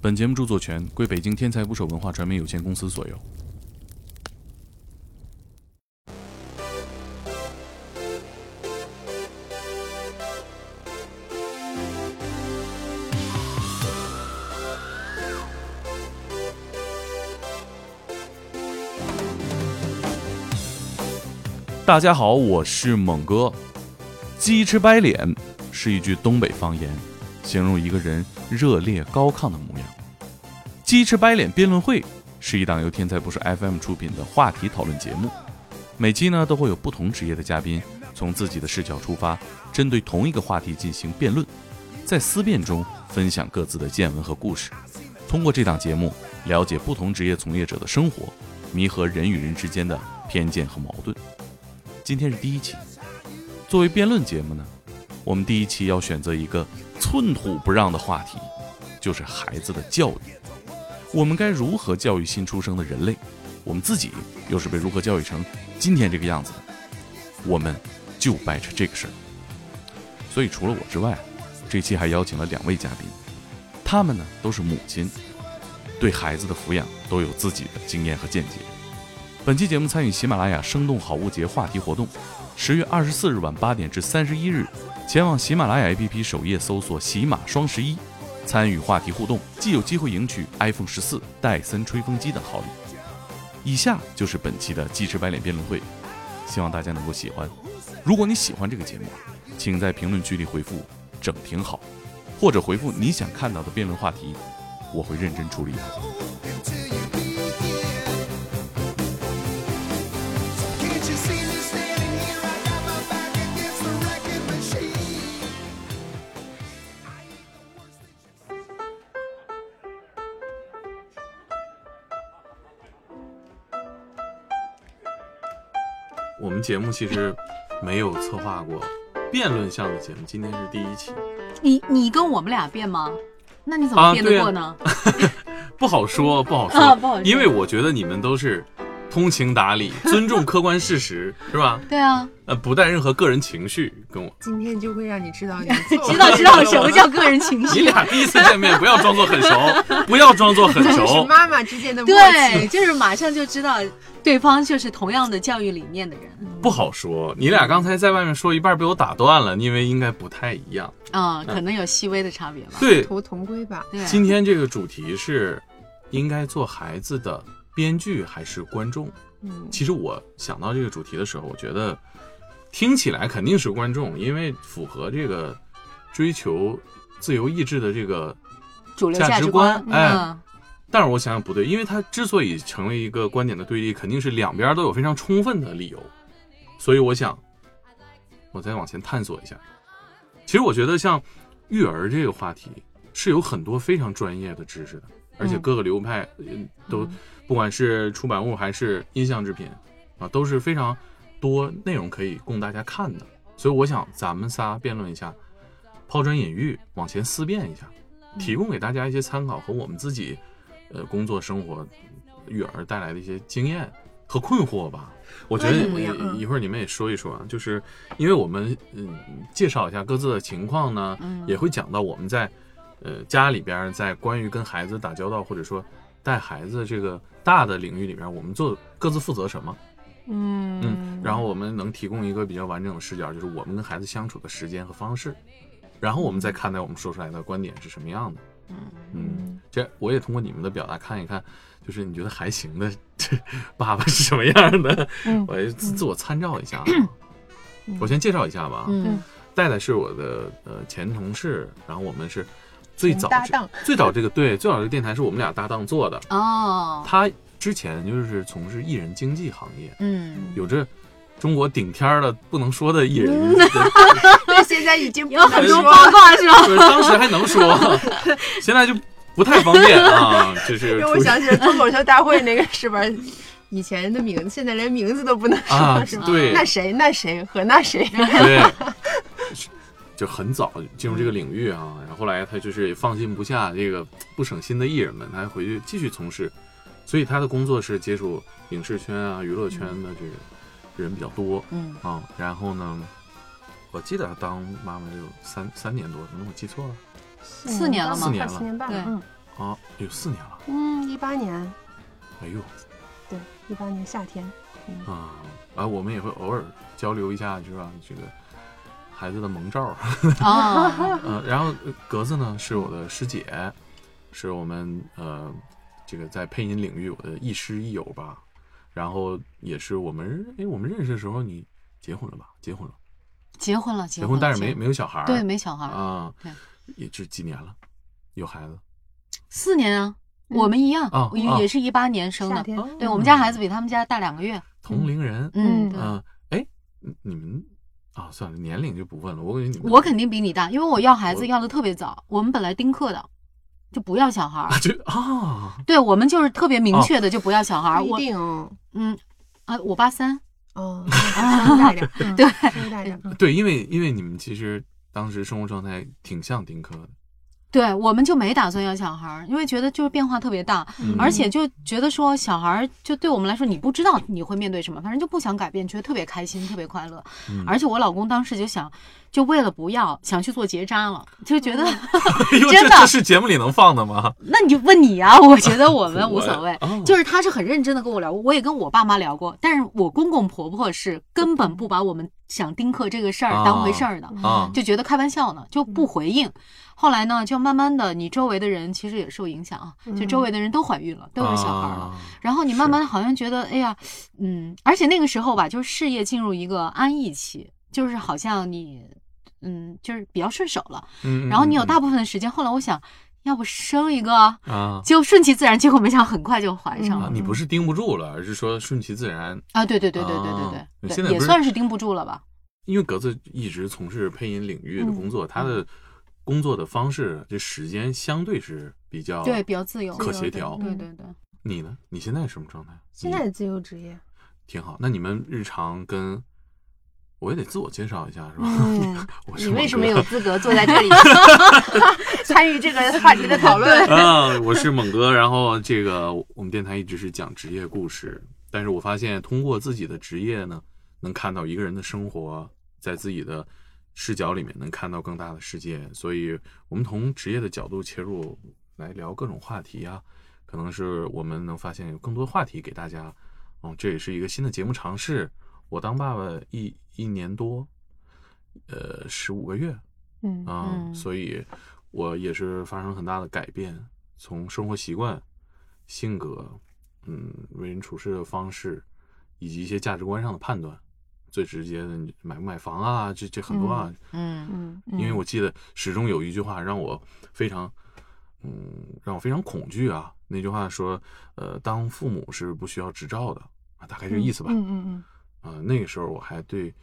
本节目著作权归北京天才捕手文化传媒有限公司所有。大家好，我是猛哥。鸡翅掰脸是一句东北方言，形容一个人热烈高亢的模样。鸡翅掰脸辩论会是一档由天才不是 FM 出品的话题讨论节目，每期呢都会有不同职业的嘉宾从自己的视角出发，针对同一个话题进行辩论，在思辨中分享各自的见闻和故事。通过这档节目，了解不同职业从业者的生活，弥合人与人之间的偏见和矛盾。今天是第一期，作为辩论节目呢，我们第一期要选择一个寸土不让的话题，就是孩子的教育。我们该如何教育新出生的人类？我们自己又是被如何教育成今天这个样子的？我们就掰扯这个事儿。所以除了我之外，这期还邀请了两位嘉宾，他们呢都是母亲，对孩子的抚养都有自己的经验和见解。本期节目参与喜马拉雅“生动好物节”话题活动，十月二十四日晚八点至三十一日，前往喜马拉雅 APP 首页搜索“喜马双十一”，参与话题互动，既有机会赢取 iPhone 十四、戴森吹风机等好礼。以下就是本期的鸡翅白脸辩论会，希望大家能够喜欢。如果你喜欢这个节目，请在评论区里回复“整挺好”，或者回复你想看到的辩论话题，我会认真处理的。 Until you begin. Can't you see me standing here? I got my back against the wrecking machine. 我们节目其实没有策划过辩论项的节目，今天是第一期，你你跟我们俩变吗？那你怎啊么变得过 呢？不好说，不 好说，啊不好说因为我觉得你们都是通情达理，尊重客观事实， 是吧？对啊，呃，不带任何个人情绪跟我。今天就会让你知道 你知道 知道什么叫个人情你绪。俩第一次见面，不要装作很熟， 不要装作很 是熟。妈妈之间的默契。对，就是马上就知道对方就是同样的教育理念的人不好说，你俩刚才在外面说一半被我打断了，因为应该不太一样。啊、可能有细微的差别吧。对，图同归吧，对，啊今天这个主题是应该做孩子的编剧还是观众？嗯，其实我想到这个主题的时候，我觉得听起来肯定是观众，因为符合这个追求自由意志的这个。主流价值值观哎但是我想想不对，因为它之所以成为一个观点的对立，肯定是两边都有非常充分的理由。所以我想，我再往前探索一下。其实我觉得像育儿这个话题是有很多非常专业的知识的，而嗯且各个流派呃都不管是出版物还是音像制品啊，都是非常多内容可以供大家看的。所以我想咱们仨辩论一下，抛砖引玉，往前思辨一下，嗯提供给大家一些参考和我们自己呃工作生活育儿带来的一些经验和困惑吧。我觉得哎不一样嗯一会儿你们也说一说啊，就是因为我们嗯介绍一下各自的情况呢，嗯也会讲到我们在呃家里边儿在关于跟孩子打交道或者说带孩子这个大的领域里边儿，我们做各自负责什么。嗯嗯，然后我们能提供一个比较完整的视角，就是我们跟孩子相处的时间和方式，然后我们再看待我们说出来的观点是什么样的。嗯，这我也通过你们的表达看一看，就是你觉得还行的 这爸爸是什么样的，嗯我也自自我参照一下啊。嗯 我先介绍一下吧啊，嗯戴戴是我的呃前同事，然后我们是最早前搭这档最早这个对最早这个电台是我们俩搭档做的，哦，他之前就是从事艺人经纪行业。嗯，有这中国顶天儿的不能说的艺嗯人，但现在已经不有能很多说八了，卦是吧？就是当时还能 说，现在就不太方便啊。就是因为出我想起了脱口秀大会那个是吧？以前的名字，现在连名字都不能说，啊是吧？，对那谁那谁和那谁，嗯对，就很早进入这个领域 啊。然后后来他就是放心不下这个不省心的艺人们，他还回去继续从事，所以他的工作是接触影视圈啊、娱乐圈的这个人比较多。嗯啊、然后呢，我记得他当妈妈就有三三年多，可能我记错了。四年了吗四年了嗯四年半对了，嗯啊，有四年了，嗯，一八年，哎呦对，一八年夏天，啊啊，我们也会偶尔交流一下，就是吧？这个孩子的萌照儿， 啊，呃，然后呃格子呢是我的师姐，是我们呃这个在配音领域我的亦师亦友吧，然后也是我们哎我们认识的时候你结婚了吧？结婚了，结婚了，结结婚婚了，但是结没没有小孩儿，对没小孩儿，啊对，也这几年了，有孩子四年啊，嗯我们一样啊，我也啊也是一八年生夏的。哦天，嗯对我们家孩子比他们家大两个月。哦同龄人，嗯，嗯对，啊，哎，你你们啊，算了，年龄就不问了。我感觉你们，我肯定比你大，因为我要孩我子要的特别早。我们本来丁克的，就不要小孩 儿啊。这啊，对我们就是特别哦明确的，就不要小孩儿。不我一定哦，嗯啊，我八三， 哦，稍微大一点，嗯对稍微大一点，嗯对，因为因为你们其实当时生活状态挺像丁克的，对我们就没打算要小孩儿，因为觉得就是变化特别大，嗯而且就觉得说小孩儿就对我们来说，你不知道你会面对什么，反正就不想改变，觉得特别开心，特别快乐。嗯而且我老公当时就想，就为了不要想去做结扎了，就觉得。哦 哎呦，真这的这是节目里能放的吗？ 那你就问你呀、我觉得我们我无所谓哦，就是他是很认真的跟我聊，我也跟我爸妈聊过，但是我公公婆婆是根本不把我们想丁克这个事儿啊当回事儿的，啊，嗯就觉得开玩笑呢，就不回应。后来呢，就慢慢的，你周围的人其实也受影响啊，就周围的人都怀孕了，都有小孩了，嗯啊然后你慢慢的好像觉得，哎呀，嗯，而且那个时候吧，就是事业进入一个安逸期，就是好像你，嗯，就是比较顺手了，嗯，然后你有大嗯部分的时间。后来我想，要不生一个，嗯啊就顺其自然，结果没想到很快就怀上啊了、，你不是盯不住了，而是说顺其自然。啊！对对对对对对啊对现对，在也不是算是盯不住了吧？因为格子一直从事配音领域的工嗯作，他的工作的方式这时间相对是比较对，比较自由。啊可自协由的调。对对对，你呢？你现在是什么状态？现在自由职业，挺好。那你们日常跟我也得自我介绍一下是吧？嗯， 我是你为猛什么哥有资格坐在这 里参与这个话题的讨论？啊，我是猛哥。然后这个我们电台一直是讲职业故事，但是我发现通过自己的职业呢，能看到一个人的生活，在自己的视角里面能看到更大的世界。所以，我们从职业的角度切入来聊各种话题啊，可能是我们能发现有更多话题给大家。嗯，这也是一个新的节目尝试。我当爸爸一一年多，呃，十五个月，嗯啊、嗯所以我也是发生很大的改变，从生活习惯、性格，嗯，为人处事的方式，以及一些价值观上的判断，最直接的你买不买房啊，这这很多啊，嗯嗯因为我记得始终有一句话让我非常，嗯，让我非常恐惧啊，那句话说，呃，当父母是不需要执照的啊，大概这个意思吧，嗯嗯嗯啊，那个时候我还对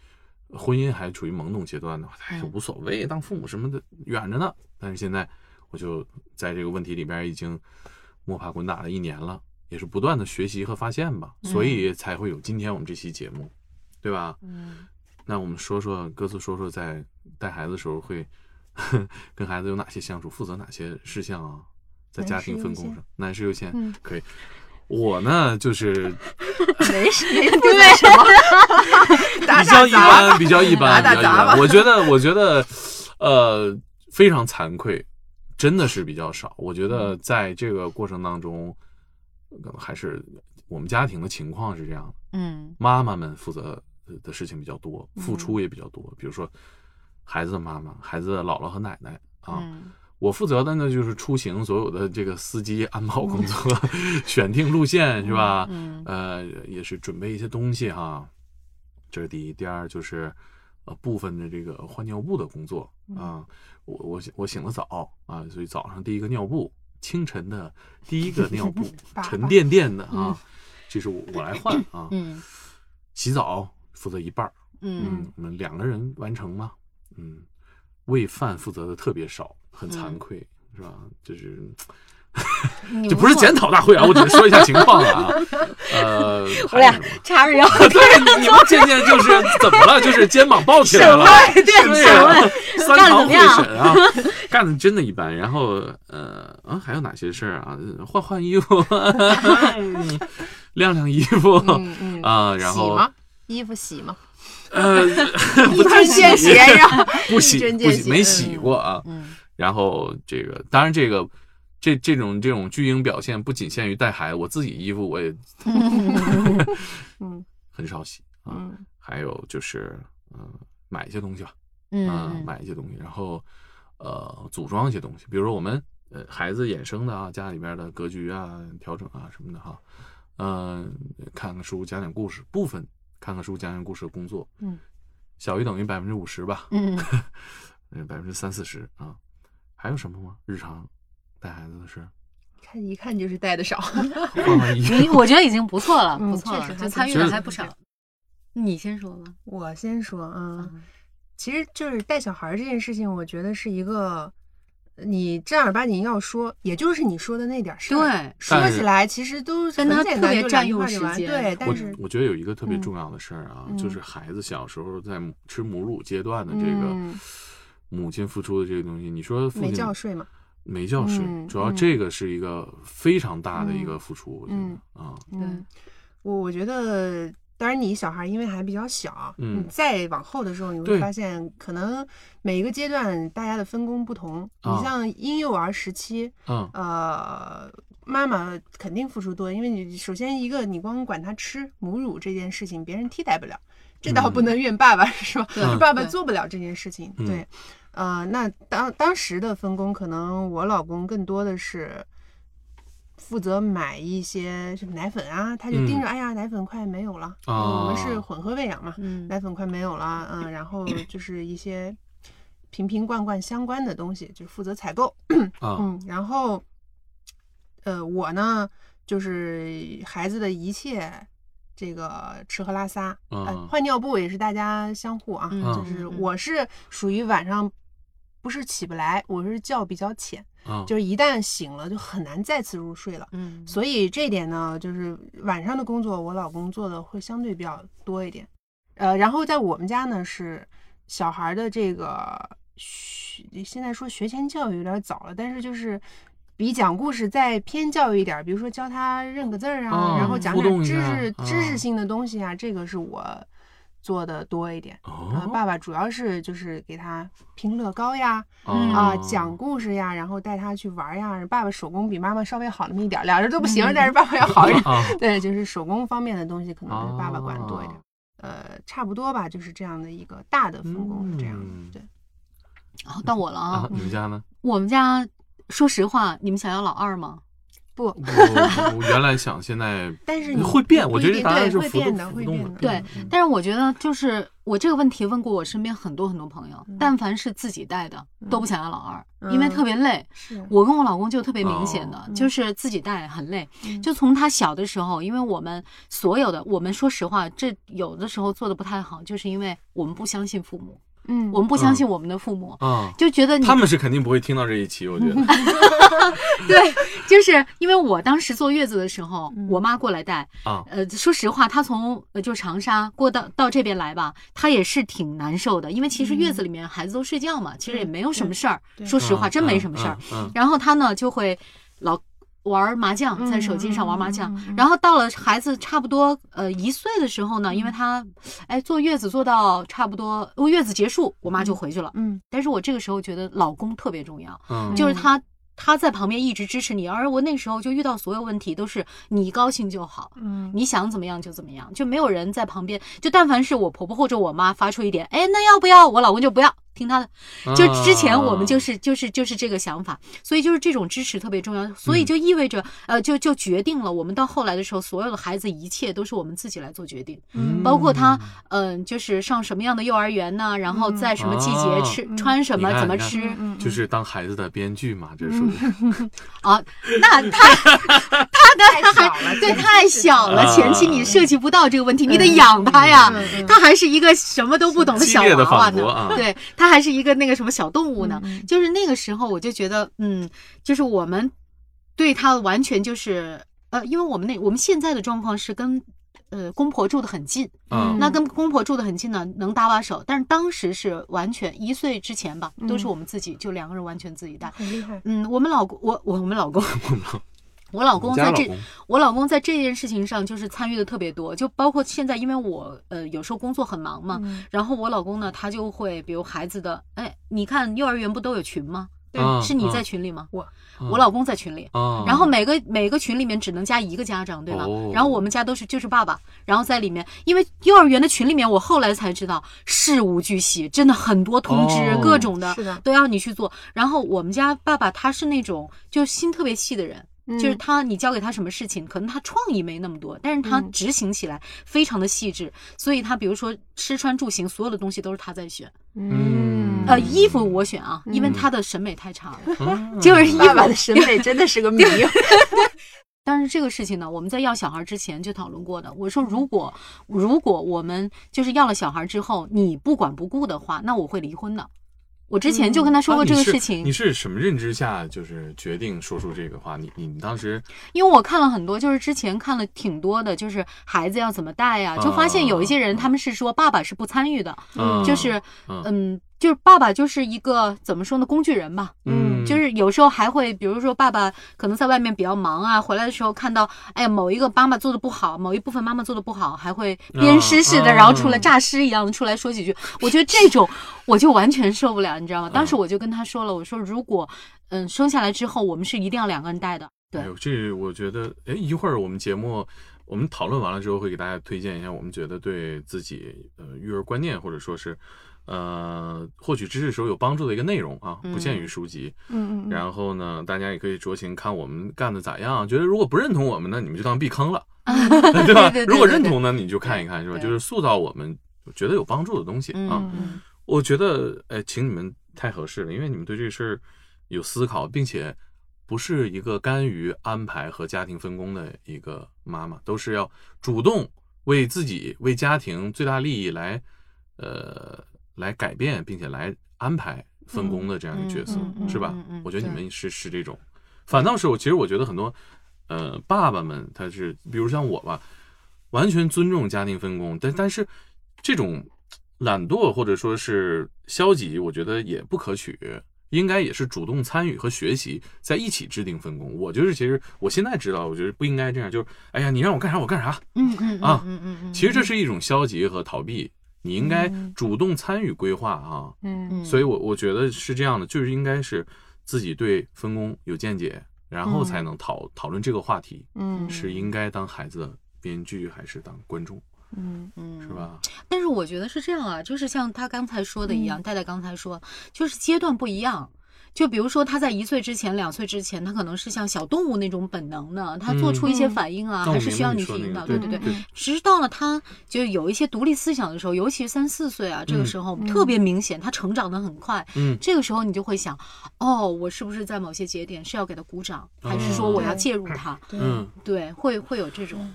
呃婚姻还处于懵懂阶段呢，哎呀，嗯无所谓，当父母什么的远着呢。但是现在我就在这个问题里边已经摸爬滚打了一年了，也是不断的学习和发现吧，所嗯以才会有今天我们这期节目，对吧？嗯那我们说说各自说说在带孩子的时候会 跟孩子有哪些相处，负责哪些事项啊，在男家士庭优分工先上，男士优先，嗯可以。我呢，就是 没事，没负责什 么，打比较打一杂，般，比较一般，比较打打一杂吧般。我觉得，我觉得，呃，非常惭愧，真的是比较少。我觉嗯得在这个过程当中，可能还是我们家庭的情况是这样的，嗯妈妈们负责的事情比较多，付嗯出也比较多。比如说，孩子的妈妈、孩子的姥姥和奶奶啊，嗯我负责的呢就是出行所有的这个司机安保工作，嗯 选定路线是吧？嗯呃，也是准备一些东西哈。这是第一，第二就是呃部分的这个换尿布的工作嗯啊。我我醒我醒得早啊，所以早上第一个尿布，清晨的第一个尿 布爸，爸沉甸甸的啊，这是我我来换啊。嗯洗澡负责一半儿，嗯嗯，我们两个人完成嘛，嗯，喂饭负责的特别少，很惭愧，是吧？就是嗯，这不是检讨大会啊，我只是说一下情况 啊。呃，我还有俩什么？叉着腰对， 你们渐渐就是怎么了？就是肩膀抱起来了，审问对对啊审问，三干得堂怎么会样审啊，干的真的一般。然后呃啊，还有哪些事儿啊？换换衣服，嗯晾 晾衣服嗯嗯，啊，然洗后吗？衣服洗吗？ 呃，不太针洗见血，然后不洗一针不见洗血没洗过啊。嗯然后这个当然这个这这种这种巨婴表现不仅限于带孩子，我自己衣服我也嗯很少洗啊。嗯还有就是，嗯、买一些东西吧，啊、嗯，买一些东西，然后呃，组装一些东西，比如说我们呃孩子衍生的啊，家里边的格局啊、调整啊什么的哈，嗯、看看书，讲讲故事，部分看看书，讲讲故事的工作，嗯，小于等于百分之五十吧，嗯，嗯，百分之三四十啊，还有什么吗？日常带孩子的 事，看一看就是带的少。 换换衣服， 你我觉得已经不错了，嗯不错了，确实就还参与挺的好还的不少。你先说吧。我先说啊，嗯嗯其实就是带小孩儿这件事情，我觉得是一个呃你正儿八经要说，也就是你说的那点儿事儿。，对，说但起是来其实都但它很简特单，别就占两句用话就时完。间对，我但是我觉得有一个特别嗯重要的事儿啊，嗯就是孩子小时候在母吃母乳阶段的这个嗯母亲付出的这个东西，你说父亲没觉睡嘛，没觉睡，嗯主要嗯这个是一个非常大的一个付出，我觉嗯得啊，嗯，我我觉得，当然你小孩因为还比较小，嗯你再往后的时候，你对会发现，可能每一个阶段大家的分工不同。啊你像婴幼儿时期，嗯呃，妈妈肯定付出多，因为你首先一个，你光管他吃母乳这件事情，别人替代不了，这倒不嗯能怨爸爸、是吧？对嗯是爸爸对做不了这件事情，嗯对。呃，那当当时的分工，可能我老公更多的是负责买一些什么奶粉啊，他就嗯盯着，哎呀，奶粉快没有了，因为我们是啊混合喂养嘛，嗯奶粉快没有了，嗯，然后就是一些瓶瓶罐罐相关的东西，就负责采购。啊嗯，然后，呃，我呢，就是孩子的一切这个吃喝拉撒，呃嗯换尿布也是大家相互啊，就嗯是嗯我是属于晚上不是起不来，我是觉比较浅，啊，就是一旦醒了就很难再次入睡了。嗯，所以这一点呢，就是晚上的工作，我老公做的会相对比较多一点。呃，然后在我们家呢，是小孩的这个学，现在说学前教育有点早了，但是就是比讲故事再偏教育一点，比如说教他认个字儿啊，哦然后讲互动点一知下识、知哦识性的东西啊，这个是我做的多一点。呃啊，哦爸爸主要是就是给他拼乐高呀，哦嗯啊，讲故事呀，然后带他去玩呀。爸爸手工比妈妈稍微好那么一点儿，俩人都不行，嗯但是爸爸要 好一点。 啊，对，就是手工方面的东西，可能是爸爸管得多一点。哦呃，差不多吧，就是这样的一个大的分工是这样嗯的。哦到我了啊啊，。你们家呢？我们家说实话，你们想要老二吗？对，嗯不，我我原来想，现在 但是你会变，我觉得不一这定答案是对会浮动变的浮会动变的的，对嗯但是我觉得，就是我这个问题问过我身边很多很多朋友，嗯但凡是自己带的，都不想要老二，因为嗯特别累。是我跟我老公就特别明显的哦，嗯就是自己带很累。嗯就从他小的时候，因为我们所有的，我们说实话，这有的时候做的不太好，就是因为我们不相信父母，嗯，我们不相信我们的父母，啊，就觉得你他们是肯定不会听到这一期，我觉得 对，就是因为我当时坐月子的时候，嗯我妈过来带，啊，呃，说实话，她从呃就长沙过到到这边来吧，她也是挺难受的，因为其实月子里面孩子都睡觉嘛，其实也没有什么事儿，嗯对 对说实话，嗯真没什么事儿。，嗯嗯然后她呢就会老玩麻将，嗯在手机上玩麻将。嗯嗯嗯嗯然后到了孩子差不多呃一岁的时候呢，因为嗯她哎坐月子坐到差不多我月子结束，我妈就回去了。嗯，但是我这个时候觉得老公特别重要。嗯，就是他他在旁边一直支持你，而我那时候就遇到所有问题都是你高兴就好。嗯你想怎么样就怎么样，就没有人在旁边。就但凡是我婆婆或者我妈发出一点，哎，那要不要？我老公就不要听他的。嗯就之前我啊们就是就是就是这个想法，所以就是这种支持特别重要，所嗯以就意味着呃，就就决定了我们到后来的时候，所有的孩子一切都是我们自己来做决定。嗯包括他，嗯、就是上什么样的幼儿园呢？然后在什么季节啊吃、嗯穿什么你，看怎么你看吃，就是当孩子的编剧嘛，这嗯属于 啊，嗯那他 太他小还了， 对太小了，啊前期你涉及不到这个问题，你得养他呀。嗯嗯他还是一个什么都不懂的激小烈的娃娃反驳呢，啊，对他还是一个那个什么小动物呢。嗯嗯就是那个时候，我就觉得，嗯，就是我们对他完全就是，呃，因为我们那我们现在的状况是跟。呃，公婆住的很近，嗯那跟公婆住的很近呢，能搭把手。但是当时是完全一岁之前吧，都是嗯我们自己，就两个人完全自己带。很厉害。嗯，我们老公，我我我们老公， 我老公你家在老这，公我老公在这件事情上就是参与的特别多，就包括现在，因为我呃有时候工作很忙嘛，嗯然后我老公呢，他就会比如孩子的，哎，你看幼儿园不都有群吗？对嗯是你在群里吗？我我老公在群里。啊，然后每个每个群里面只能加一个家长，对吧？哦然后我们家都是就是爸爸，然后在里面，因为幼儿园的群里面，我后来才知道事无巨细，真的很多通知、哦各种的是的，都要你去做。然后我们家爸爸他是那种就心特别细的人，就是嗯他，你交给他什么事情，可能他创意没那么多，但是他嗯执行起来非常的细致，所以他比如说吃穿住行所有的东西都是他在选，嗯呃，衣服我选啊，因为嗯他的审美太差 了，嗯 就是衣服爸爸 的审美真的是个谜。但是这个事情呢，我们在要小孩之前就讨论过的。我说，如果如果我们就是要了小孩之后，你不管不顾的话，那我会离婚的。我之前嗯就跟他说啊过这个事情，啊你是什么认知下就是决定说出这个话？你你当时因为我看了很多，就是之前看了挺多的，就是孩子要怎么带呀、就发哦现有一些人他们是说爸爸是不参与的，啊嗯就是嗯，就是爸爸就是一个怎么说呢，工具人吧。嗯，就是有时候还会，比如说爸爸可能在外面比较忙啊，回来的时候看到，哎呀，某一个妈妈做的不好，某一部分妈妈做的不好，还会鞭尸似的，啊然后出来诈尸一样的出来说几句。我觉得这种我就完全受不了，你知道吗？嗯当时我就跟他说了，我说如果嗯生下来之后，我们是一定要两个人带的。对哎呦，这我觉得，哎，一会儿我们节目我们讨论完了之后，会给大家推荐一下我们觉得对自己呃育儿观念或者说是呃获取知识时候有帮助的一个内容啊，不限于书籍。 嗯嗯嗯，然后呢，大家也可以酌情看我们干的咋样。觉得如果不认同我们呢，你们就当避坑了， 对吧？对对对如果认对同呢，你就看一看，是吧？对就是塑造我们觉得有帮助的东西啊。嗯，我觉得，哎，请你们太合适了，因为你们对这事儿有思考，并且不是一个甘于安排和家庭分工的一个妈妈，都是要主动为自己、为家庭最大利益来，呃，来改变，并且来安排分工的这样一个角色，嗯嗯嗯是吧嗯嗯？我觉得你对们是是这种，反倒是我，其实我觉得很多，呃，爸爸们他是，比如像我吧，完全尊重家庭分工，但但是这种懒惰或者说是消极，我觉得也不可取。应该也是主动参与和学习，在一起制定分工。我就是，其实我现在知道，我觉得不应该这样。就是，哎呀，你让我干啥我干啥。嗯嗯啊嗯嗯嗯，其实这是一种消极和逃避，你应该主动参与规划啊。嗯嗯所以我我觉得是这样的，就是应该是自己对分工有见解，然后嗯才能讨讨论这个话题，嗯是应该当孩子的编剧还是当观众，嗯嗯是？吧？但是我觉得是这样啊，就是像他刚才说的一样，戴戴刚才说，就是阶段不一样。就比如说他在一岁之前、两岁之前，他可能是像小动物那种本能的，他做出一些反应啊，那我还是明白需要嗯你你说去那引个导。对对对对，对直到了他就有一些独立思想的时候，尤其三四岁啊，这个时候嗯特别明显，他成长的很快。嗯这个时候你就会想，哦，我是不是在某些节点是要给他鼓掌，还是说哦我要对介入他？对嗯，对，会会有这种。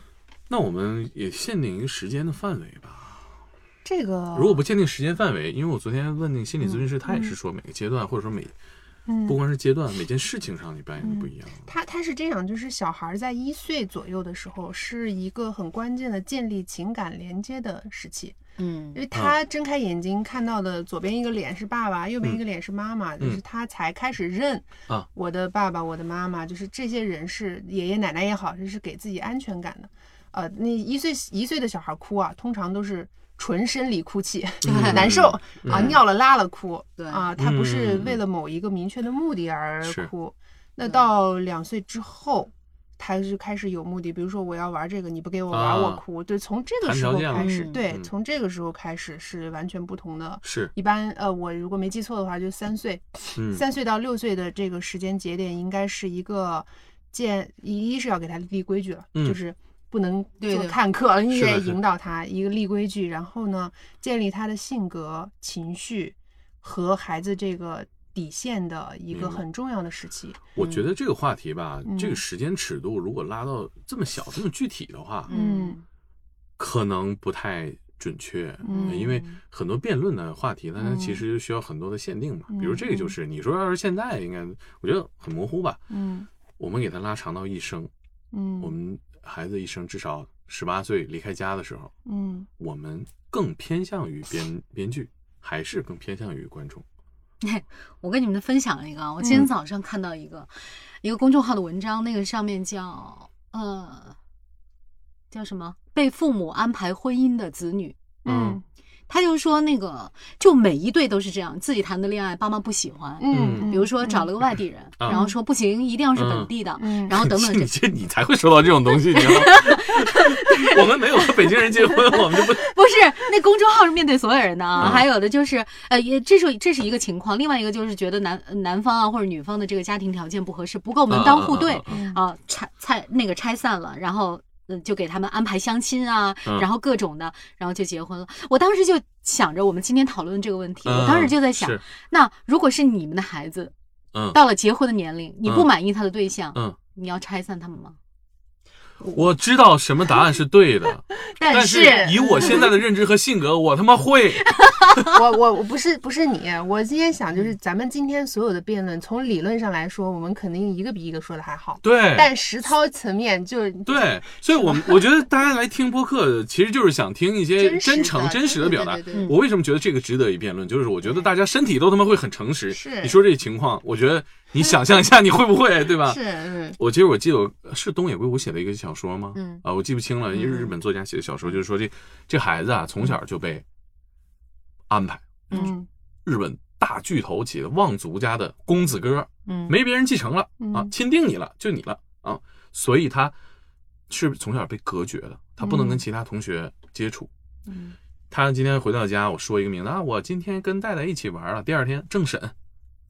那我们也限定一个时间的范围吧。这哦个如果不限定时间范围，因为我昨天问那个心理咨询师，他也是说每个阶段或者说每不嗯，光是阶段，每件事情上你扮演的不一样。他他是这样，就是小孩在一岁左右的时候是一个很关键的建立情感连接的时期，嗯啊因为他睁开眼睛看到的左边一个脸是爸爸，右边一个脸是妈妈，就是他才开始认嗯啊我的爸爸、我的妈妈，就是这些人是爷爷奶奶也好，这是给自己安全感的。呃，那一岁一岁的小孩哭啊，通常都是纯生理哭泣， 嗯难受啊，嗯尿了拉了哭，对啊，他不是嗯为了某一个明确的目的而是哭。那到两岁之后。他就开始有目的，比如说我要玩这个，你不给我玩，啊我哭。对，从这个谈时条候件了开始，嗯对，嗯从这个时候开始是完全不同的。是，一般呃，我如果没记错的话，就三岁，嗯，三岁到六岁的这个时间节点，应该是一个建一一是要给他立规矩了，嗯就是不能对做对看客了，你是的得是的引导他一个立规矩，然后呢，建立他的性格、情绪和孩子这个底线的一明个白很重要的时期。我觉得这个话题吧，嗯这个时间尺度如果拉到这么小、这么具体的话，嗯可能不太准确，呃嗯因为很多辩论的话题，它嗯其实需要很多的限定嘛。嗯比如这个就是，你说要是现在应该，我觉得很模糊吧。嗯我们给它拉长到一生，嗯，我们孩子一生至少十八岁离开家的时候，嗯我们更偏向于 编编剧，还是更偏向于观众？我跟你们分享一个啊，我今嗯天早上看到一个、一个公众号的文章，那个上面叫呃叫什么？被父母安排婚姻的子女，嗯嗯他就说那个，就每一对都是这样，自己谈的恋爱爸妈不喜欢，嗯嗯，比如说找了个外地人，嗯然后说不行，一定要是本地的，嗯然后等等 你这这。你才会收到这种东西，你知道吗？ 我们没有和北京人结婚，我们就不不是，那公众号是面对所有人的啊。嗯还有的就是，呃，也这是这是一个情况，另外一个就是觉得男男方啊或者女方的这个家庭条件不合适，不够门当户对嗯嗯嗯啊，拆拆那个拆散了，然后。嗯，就给他们安排相亲啊，嗯然后各种的，然后就结婚了。我当时就想着，我们今天讨论这个问题，嗯我当时就在想，是那如果是你们的孩子嗯，到了结婚的年龄，你不嗯满意他的对象，嗯你要拆散他们 吗？我知道什么答案是对 的，但是以我现在的认知和性格，我他妈会。我我我不是不是你，我今天想嗯就是咱们今天所有的辩论，从理论上来说，我们肯定一个比一个说的还好，对，但实操层面就是，对，所以我们，我觉得大家来听播客，其实就是想听一些真实的真诚、真实的表达嗯对对嗯对对。我为什么觉得这个值得一辩论？就是我觉得大家身体都他妈会很诚实。是你说这情况，我觉得你想象一下，你会不 会，对吧？是嗯我其实我记得我是东野圭吾写了一个小说吗？嗯啊，我记不清了，一个日本作家写的小说，就是说这这孩子啊，从小就被安排嗯日本大巨头企业望族家的公子哥，嗯没别人继承了啊嗯，钦定你了，就你了啊，所以他是从小被隔绝的，他不能跟其他同学接触。嗯他今天回到家，我说一个名字啊，我今天跟戴戴一起玩了。第二天政审，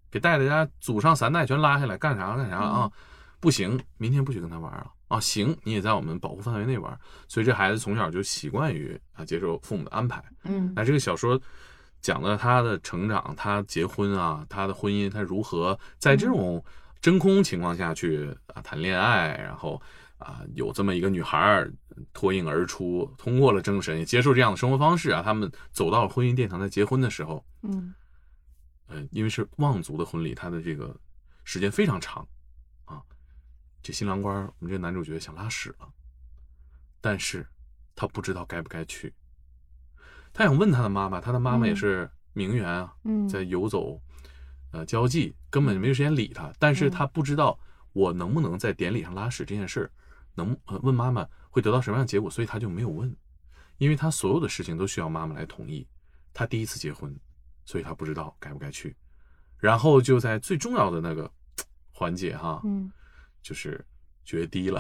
给戴戴家祖上三代全拉下来，干啥干啥嗯啊？不行，明天不许跟他玩了啊！行，你也在我们保护范围内玩。所以这孩子从小就习惯于啊接受父母的安排。嗯那这个小说讲了他的成长，他结婚啊，他的婚姻，他如何在这种真空情况下去啊谈恋爱，然后啊有这么一个女孩儿脱颖而出，通过了政审，也接受这样的生活方式啊，他们走到了婚姻殿堂，在结婚的时候，嗯呃，因为是望族的婚礼，他的这个时间非常长啊。这新郎官儿，我们这男主角想拉屎了，但是他不知道该不该去。他想问他的妈妈，他的妈妈也嗯是名媛啊，嗯在游走呃交际，根本没有时间理他。但是他不知道我能不能在典礼上拉屎这件事儿，能呃问妈妈会得到什么样的结果，所以他就没有问，因为他所有的事情都需要妈妈来同意。他第一次结婚，所以他不知道该不该去。然后就在最重要的那个环节哈，嗯就是决堤了。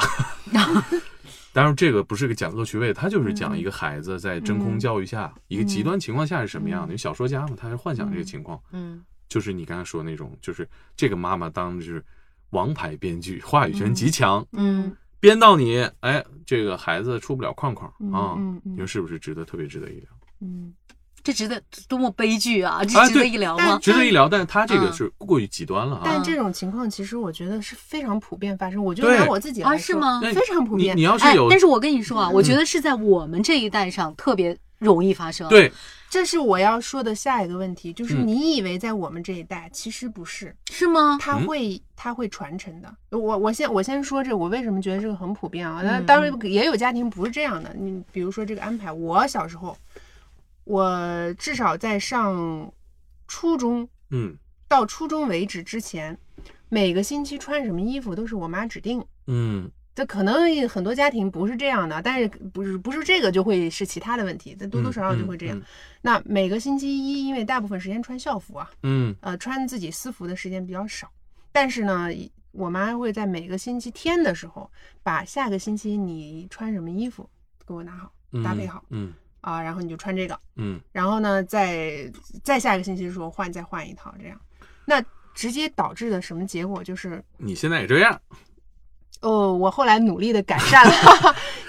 当然，这个不是个讲恶趣味，他就是讲一个孩子在真空教育下，一个极端情况下是什么样的。因为小说家嘛，他是幻想这个情况，嗯就是你刚才说的那种，就是这个妈妈当就是王牌编剧，话语权极强，嗯编到你，哎，这个孩子出不了框框嗯啊。嗯嗯你说是不是值得特别值得一聊？嗯，这值得多么悲剧啊！这啊值得对一聊但吗？值得一聊，但是他这个嗯是过于极端了啊。但这种情况其实我觉得是非常普遍发生，我就拿对我自己啊，来是说？吗？那非常普遍你你要是哎有，嗯但是我跟你说啊，我觉得是在我们这一代上特别容易发生。，对，这是我要说的下一个问题，就是嗯你以为在我们这一代，其实不是，是吗？它嗯会它会传承的。我我先我先说这，我为什么觉得这个很普遍啊？那嗯当然也有家庭不是这样的。你比如说这个安排，我小时候，我至少在上初中嗯到初中为止之前，每个星期穿什么衣服都是我妈指定。嗯这可能也很多家庭不是这样的，但是不是不是这个就会是其他的问题，但多多少少就会这样。嗯那每个星期一，因为大部分时间穿校服啊，嗯呃，穿自己私服的时间比较少，但是呢，我妈会在每个星期天的时候，把下个星期你穿什么衣服给我拿好嗯搭配好嗯啊、然后你就穿这个，嗯然后呢，再再下一个星期的时候换再换一套这样，那直接导致的什么结果就是你现在也这样，哦，我后来努力的改善了，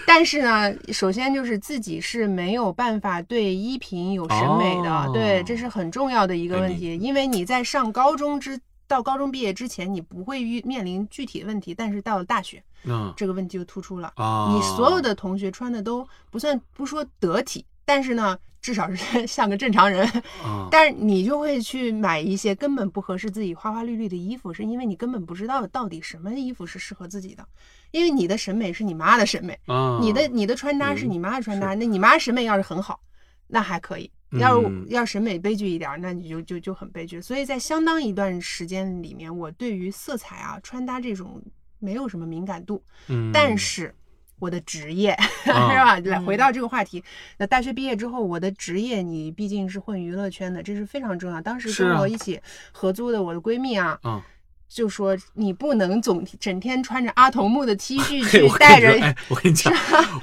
但是呢，首先就是自己是没有办法对衣品有审美的，哦对，这是很重要的一个哎问你题，因为你在上高中之到高中毕业之前，你不会遇面临具体问题，但是到了大学，嗯这个问题就突出了。啊，你所有的同学穿的都不算不说得体，但是呢，至少是 像个正常人，啊，但是你就会去买一些根本不合适自己花花绿绿的衣服，是因为你根本不知道到底什么衣服是适合自己的，因为你的审美是你妈的审美，啊嗯你的你的穿搭是你妈的穿搭，那你妈审美要是很好，那还可以。要是我嗯要审美悲剧一点儿，那你就就就很悲剧。所以在相当一段时间里面，我对于色彩啊、穿搭这种没有什么敏感度，嗯但是我的职业，啊 是吧？来嗯回到这个话题，那大学毕业之后，我的职业你毕竟是混娱乐圈的，这是非常重要。当时是跟啊我一起合租的我的闺蜜啊，啊，就说你不能总整天穿着阿童木的 T 恤 嘿，去我跟带你说，着，哎，我跟你讲，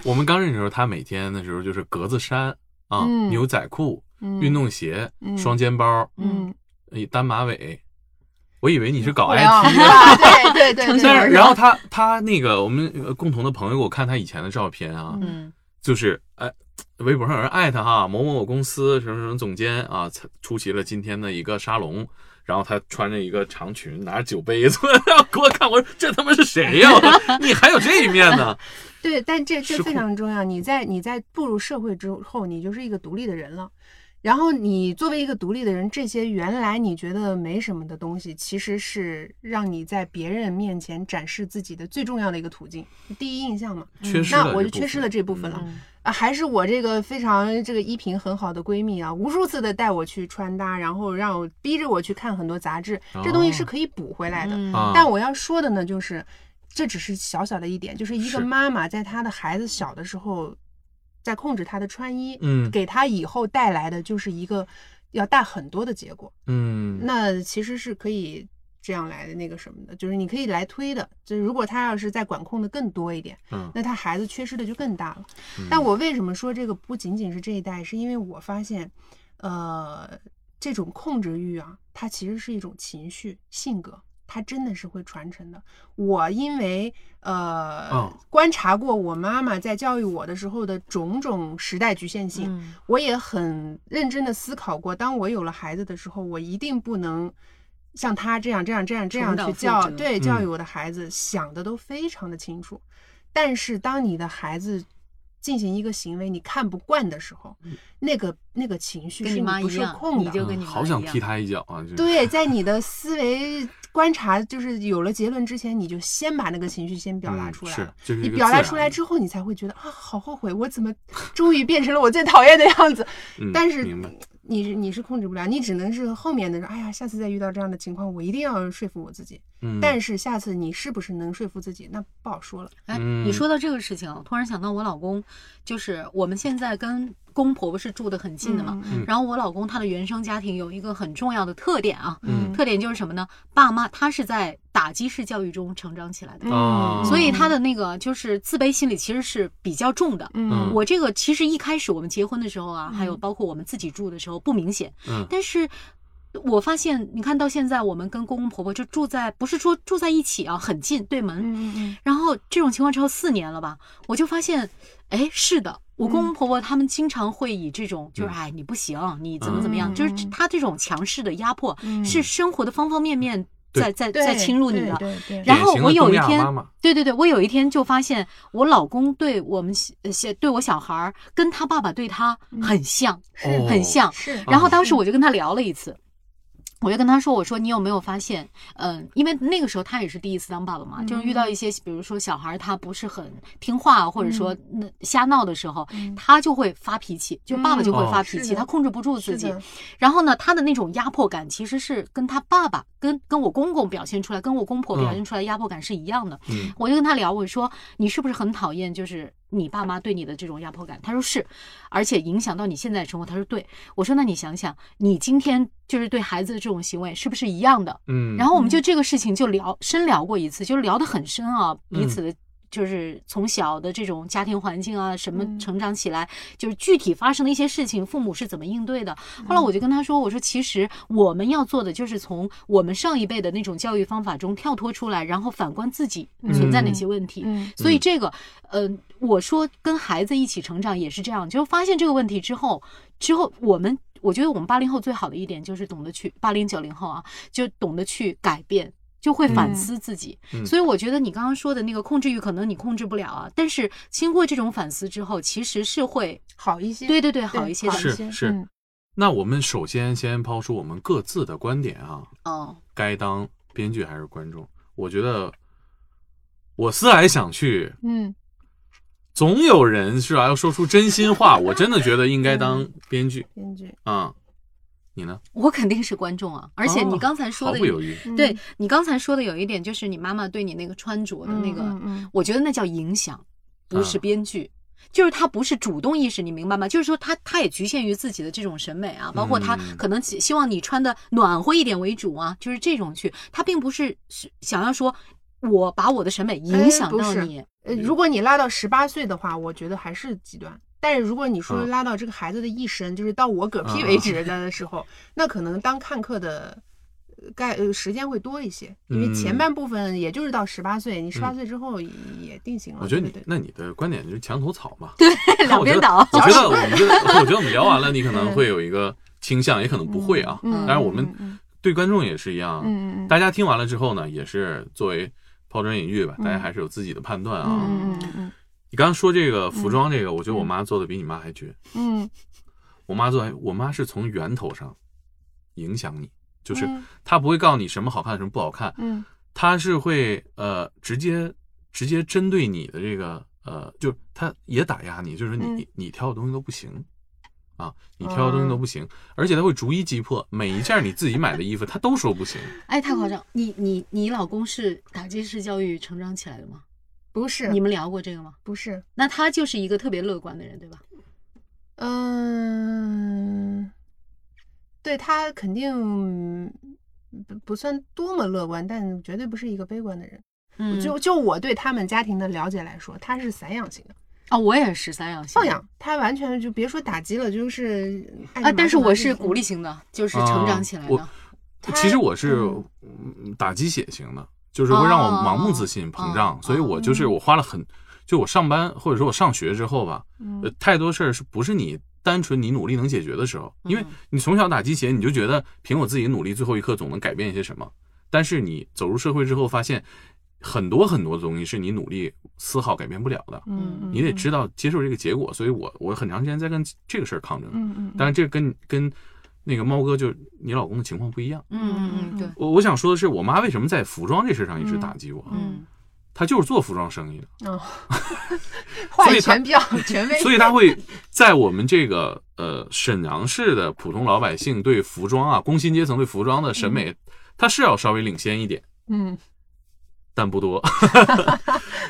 我们刚认识的时候，他每天的时候就是格子衫啊、嗯牛仔裤、嗯运动鞋、嗯双肩包、嗯，哎单马尾。我以为你是搞我 IT 要 的，啊对对对对，程序 但员是是然后他他那个我们呃共同的朋友给我看他以前的照片啊，嗯就是哎，微博上有人艾特哈某某某公司什么什么总监啊，才出席了今天的一个沙龙，然后他穿着一个长裙，拿着酒杯子， 然后给我看，我说这他妈是谁呀、我你还有这一面呢？对，但这这失非控常重要。你在你在步入社会之后，你就是一个独立的人了。然后你作为一个独立的人，这些原来你觉得没什么的东西，其实是让你在别人面前展示自己的最重要的一个途径，第一印象嘛。缺失了嗯那我就这部缺失了这部分了嗯，啊，还是我这个非常这个衣品很好的闺蜜啊，无数次的带我去穿搭，然后让我逼着我去看很多杂志，这东西是哦可以补回来的。嗯啊但我要说的呢，就是这只是小小的一点，就是一是个妈妈在她的孩子小的时候，在控制她的穿衣，嗯给她以后带来的就是一个要大很多的结果。嗯，那其实是可以这样来的那个什么的，就是你可以来推的。就是如果她要是再管控的更多一点，嗯那她孩子缺失的就更大了。但我为什么说这个不仅仅是这一代，是因为我发现，呃，这种控制欲啊，它其实是一种情绪、性格，它真的是会传承的。我因为呃、哦观察过我妈妈在教育我的时候的种种时代局限性，嗯我也很认真的思考过，当我有了孩子的时候，我一定不能。像她这样这样这样这样重蹈覆去教，辙对教育嗯我的孩子，想的都非常的清楚。但是当你的孩子进行一个行为你看不惯的时候，那个那个情嗯绪跟是你妈不一受样控你的。就跟你嗯妈好想一样踢他一脚啊！就是，对，在你的思维观察就是有了结论之前，你就先把那个情绪先表达嗯出来是了。这是一你个表自达然出来的之后，你才会觉得啊，好后悔，我怎么终于变成了我最讨厌的样子？嗯但是明白，你是你是控制不了，你只能是后面的说，哎呀，下次再遇到这样的情况，我一定要说服我自己。嗯，但是下次你是不是能说服自己，那不好说了。哎，嗯你说到这个事情，突然想到我老公，就是我们现在跟公婆婆是住的很近的嘛。嗯然后我老公他的原生家庭有一个很重要的特点啊，嗯特点就是什么呢？爸妈他是在打击式教育中成长起来的，啊所以他的那个就是自卑心理其实是比较重的。嗯我这个其实一开始我们结婚的时候啊，还有嗯包括我们自己住的时候不明显，嗯但是我发现你看到现在我们跟公公婆婆就住在不是说住在一起啊，很近对门，嗯嗯然后这种情况超四年了吧，我就发现，哎，是的，我嗯公公婆婆他们经常会以这种，就是嗯哎，你不行，你怎么怎么样，嗯就是他这种强势的压迫，嗯是生活的方方面面在在对在侵入你对的。对对然典后型的我有东一亚天妈妈，对对对，我有一天就发现，我老公对我们小呃小对我小孩儿跟他爸爸对他嗯很像，哦很像。是，然后当时我就跟他聊了一次，我就跟他说：“我说你有没有发现，嗯、因为那个时候他也是第一次当爸爸嘛，就是遇嗯到一些比如说小孩儿他不是很听话，或者说嗯那瞎闹的时候，他就会发脾气，就爸爸就会嗯发哦脾是气，的他控制不住自是己的。然后呢，他的那种压迫感其实是跟他爸爸跟跟我公公表现出来，跟我公婆表嗯现出来压迫感是一样的。嗯我就跟他聊，我说你是不是很讨厌就是你爸妈对你的这种压迫感？他说是，而且影响到你现在的生活。他说对，我说那你想想，你今天就是对孩子的这种行为是不是一样的？嗯，然后我们就这个事情就聊深聊过一次，就聊得很深啊，嗯彼此的。就是从小的这种家庭环境啊，什么嗯成长起来，就是具体发生的一些事情，父母是怎么应对的。嗯后来我就跟他说：“我说其实我们要做的就是从我们上一辈的那种教育方法中跳脱出来，然后反观自己存在哪些问题。嗯所以这个，呃，我说跟孩子一起成长也是这样，就是发现这个问题之后，之后我们，我觉得我们八零后最好的一点就是懂得去八零九零后啊，就懂得去改变。就会反思自己，嗯所以我觉得你刚刚说的那个控制欲，可能你控制不了啊。但是经过这种反思之后，其实是会，好一些，对对对，好一些的。是是嗯那我们首先先抛出我们各自的观点啊，哦，该当编剧还是观众？我觉得我思来想去，嗯，总有人是吧啊要说出真心话，我真的觉得应该嗯当编剧编剧，啊、你呢？我肯定是观众啊。而且你刚才哦说毫的不，犹豫，对嗯你刚才说的有一点，就是你妈妈对你那个穿着的那个，嗯嗯嗯我觉得那叫影响。不啊是编剧。就是他不是主动意识，你明白吗？就是说他他也局限于自己的这种审美啊，包括他嗯可能希希望你穿的暖和一点为主啊，就是这种去，他并不是是想要说我把我的审美影响哎不到是你，呃，嗯如果你拉到十八岁的话，我觉得还是极端。但是如果你说嗯拉到这个孩子的一生，就是到我嗝屁为止的时候，那可能当看课的呃概呃时间会多一些，因为前嗯半部分也就是到十八岁，你十八岁之后也也定型了。我觉得你啊对对那你的观点就是墙头草 嘛， 两边倒。 我觉得我们这，我觉得我们聊完了，你可能会有一个倾向，也可能不会啊。嗯当然，我们嗯嗯对观众也是一样，嗯嗯嗯大家听完了之后呢，也是作为抛砖引玉吧，大家还是有自己的判断啊。 嗯嗯嗯你刚刚说这个服装这个，我觉得我妈做的比你妈还绝。嗯，我妈做，我妈是从源头上影响你，就是嗯她不会告诉你什么好看，什么不好看，嗯她是会呃直接直接针对你的这个呃，就是她也打压你，就是你、嗯你挑的东西都不行啊，你挑的东西都不行，而且她会逐一击破每一件你自己买的衣服，她都说不行。哎，太夸张！你你你老公是打击式教育成长起来的吗？不是你们聊过这个吗？不是，那他就是一个特别乐观的人，对吧？嗯，对他肯定不不算多么乐观，但绝对不是一个悲观的人。嗯就就我对他们家庭的了解来说，他是散养型的，啊，我也是三养型放养，他完全就别说打击了，就是爱啊，干嘛但是干嘛我就是鼓励，型的，就是成长起来啊我的。他其实我是嗯嗯打鸡血型的，就是会让我盲目自信膨胀，哦所以我就是我花了很，就我上班或者说我上学之后吧，嗯呃，太多事儿是不是你单纯你努力能解决的时候？因为嗯你从小打鸡血，你就觉得凭我自己的努力，最后一刻总能改变一些什么。但是你走入社会之后，发现很多很多东西是你努力丝毫改变不了的，嗯，嗯你得知，道接受这个结果。所以我我很长时间在跟这个事儿抗争，嗯嗯，但是这跟跟那个猫哥就你老公的情况不一样。嗯嗯嗯，对，我我想说的是，我妈为什么在服装这事上一直打击我？嗯她就是做服装生意的， 嗯，话所语以他权 比较权威，所以她会在我们这个呃沈阳市的普通老百姓对服装啊，工薪阶层对服装的审美，她是要稍微领先一点，嗯但不多。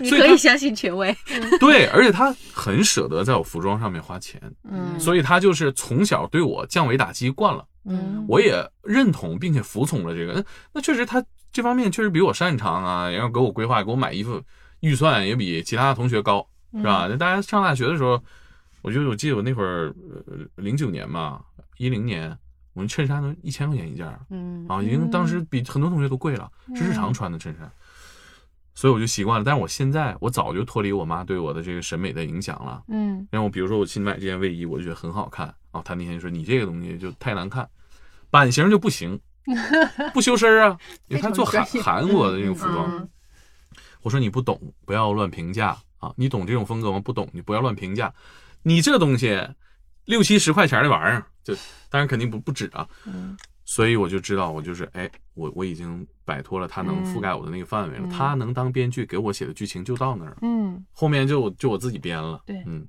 你所以可他嗯以相信权威。对，而且她很舍得在我服装上面花钱，嗯，所以她就是从小对我降维打击惯了，嗯我也认同并且服从了这个。那那确实她这方面确实比我擅长啊，然后给我规划，给我买衣服预算也比其他同学高。嗯是啊吧？那大家上大学的时候，我觉得我记得我那会儿呃零九年吧，一零年，我们衬衫都一千块钱一件儿嗯啊，已经当时比很多同学都贵了，是日常穿的衬衫，所以我就习惯了。但是我现在我早就脱离我妈对我的这个审美的影响了。嗯然后我比如说我新买这件卫衣，我就觉得很好看啊，她那天就说你这个东西就太难看，版型就不行，不修身儿啊。你看做韩非常专业韩国的那种服装，嗯我说你不懂，不要乱评价啊！你懂这种风格吗？不懂，你不要乱评价。你这东西六七十块钱的玩意儿，就当然肯定不不止啊。嗯所以我就知道，我就是哎，我我已经摆脱了他能覆盖我的那个范围了。嗯嗯嗯他能当编剧，给我写的剧情就到那儿了，嗯。后面就就我自己编了。对嗯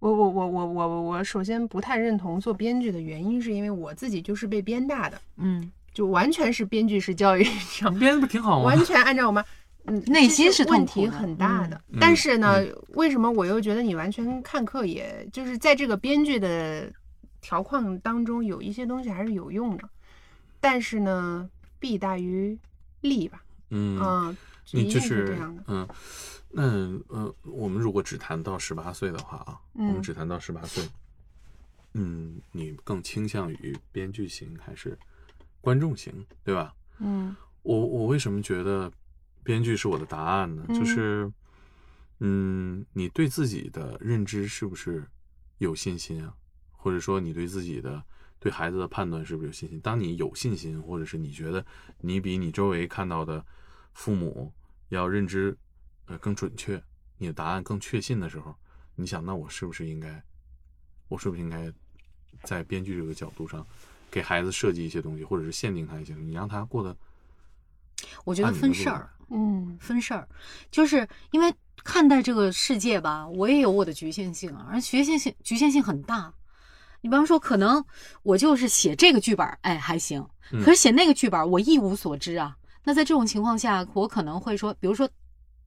我我我我我我首先不太认同做编剧的原因，是因为我自己就是被编大的，嗯，就完全是编剧式教育 上，编的不挺好吗？完全按照我妈，嗯，内心这是是痛问苦的题很大的。嗯但是呢，为什么我又觉得你完全看课也，就是在这个编剧的条框当中，有一些东西还是有用的，但是呢，弊大于利吧，嗯，嗯，一你就定是这样的，嗯。那呃，我们如果只谈到十八岁的话啊，我们嗯只谈到十八岁，嗯，你更倾向于编剧型还是观众型，对吧？嗯我我为什么觉得编剧是我的答案呢？就嗯是，嗯，你对自己的认知是不是有信心啊？或者说你对自己的对孩子的判断是不是有信心？当你有信心，或者是你觉得你比你周围看到的父母要认知呃更准确，你的答案更确信的时候，你想，那我是不是应该，我是不是应该在编剧这个角度上给孩子设计一些东西，或者是限定他一些东西，你让他过得我觉啊得按你的分路事来儿，嗯分事儿，就是因为看待这个世界吧，我也有我的局限性啊，而局限性局限性很大。你比方说，可能我就是写这个剧本儿，哎还行，嗯可是写那个剧本儿我一无所知啊。那在这种情况下，我可能会说，比如说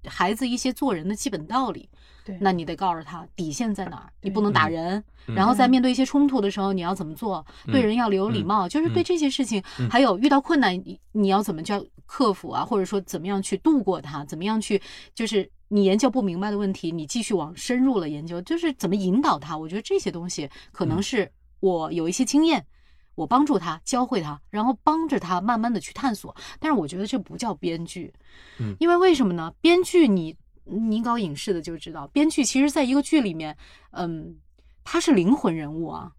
孩子一些做人的基本道理。对那你得告诉他底线在哪儿，你对不能打嗯人。嗯然后在面对一些冲突的时候，你要怎么做？对人要留有礼嗯貌，就是嗯对这些事情，嗯还有遇到困难，你你要怎么叫克服啊？或者说怎么样去度过它？怎么样去就是你研究不明白的问题，你继续往深入了研究，就是怎么引导他？我觉得这些东西可能嗯是我有一些经验。我帮助他，教会他，然后帮着他慢慢的去探索。但是我觉得这不叫编剧，嗯因为为什么呢？编剧你你搞影视的就知道，编剧其实在一个剧里面，嗯，他是灵魂人物啊。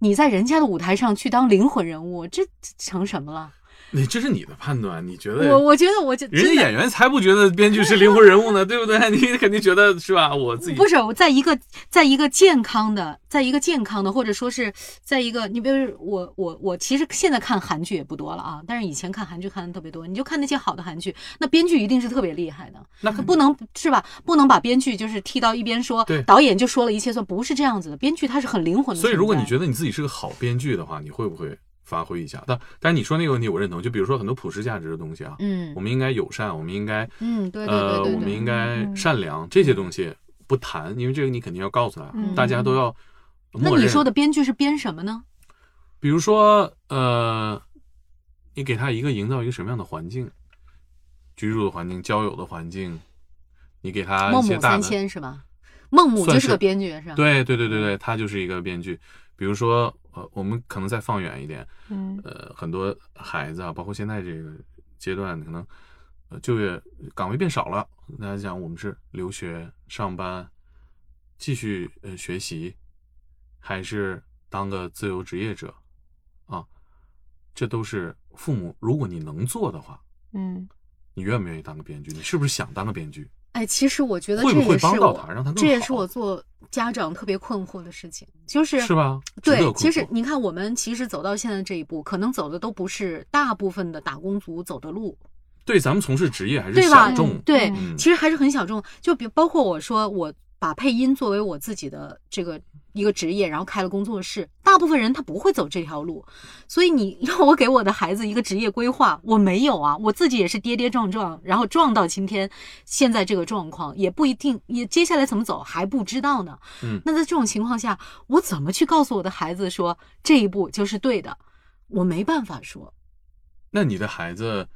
你在人家的舞台上去当灵魂人物，这这成什么了？你 这是你的判断，你觉我得我觉得我就人真家的演员才不觉得编剧是灵魂人物呢， 对不对？你肯定觉得是吧？我自己不是我在一个在一个健康的，在一个健康的，或者说是在一个你比如说我我我其实现在看韩剧也不多了啊，但是以前看韩剧看的特别多。你就看那些好的韩剧，那编剧一定是特别厉害的，那可肯不能是吧？不能把编剧就是踢到一边说嗯对，导演就说了一切算，不是这样子的。编剧他是很灵魂的存在。所以，如果你觉得你自己是个好编剧的话，你会不会发挥一下？但但是你说那个问题，我认同。就比如说很多普世价值的东西啊，嗯我们应该友善，我们应该嗯，对对对呃，对对，嗯我们应该善良，这些东西不谈，因为这个你肯定要告诉他，嗯大家都要那默认。你说的，编剧是编什么呢？比如说呃，你给他一个营造一个什么样的环境，居住的环境、交友的环境，你给他啊一孟些母大三的。迁是吧？孟母算就是个是编剧是吧？对对对对对，他就是一个编剧。比如说，呃，我们可能再放远一点，嗯呃，很多孩子啊，包括现在这个阶段，可能呃就业岗位变少了。大家讲，我们是留学、上班，继续呃学习，还是当个自由职业者啊？这都是父母，如果你能做的话，嗯，你愿不愿意当个编剧？你是不是想当个编剧？哎，其实我觉得会这不会也是帮到我，他让他更这也是好我做家长特别困惑的事情，就是是吧值得对，困其实惑你看，我们其实走到现在这一步，可能走的都不是大部分的打工族走的路，对咱们从事职业还是对吧小众？对，嗯其实还是很小众。就比包括我说，我把配音作为我自己的这个一个职业，然后开了工作室，大部分人他不会走这条路，所以你 让我给我的孩子一个职业规划，我没有啊，我自己也是跌跌撞撞，然后撞到今天现在这个状况，也不一定，也接下来怎么走还不知道呢。嗯那在这种情况下，我怎么去告诉我的孩子说这一步就是对的？我没办法说，那你的孩子，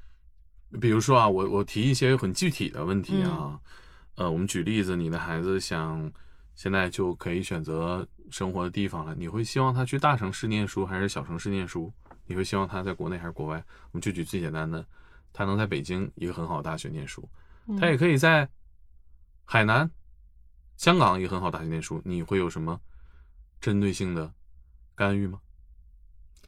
比如说啊，我我提一些很具体的问题啊，呃，我们举例子，你的孩子想现在就可以选择生活的地方了，你会希望他去大城市念书还是小城市念书？你会希望他在国内还是国外？我们就举最简单的，他能在北京一个很好的大学念书，嗯他也可以在海南、香港一个很好的大学念书，你会有什么针对性的干预吗？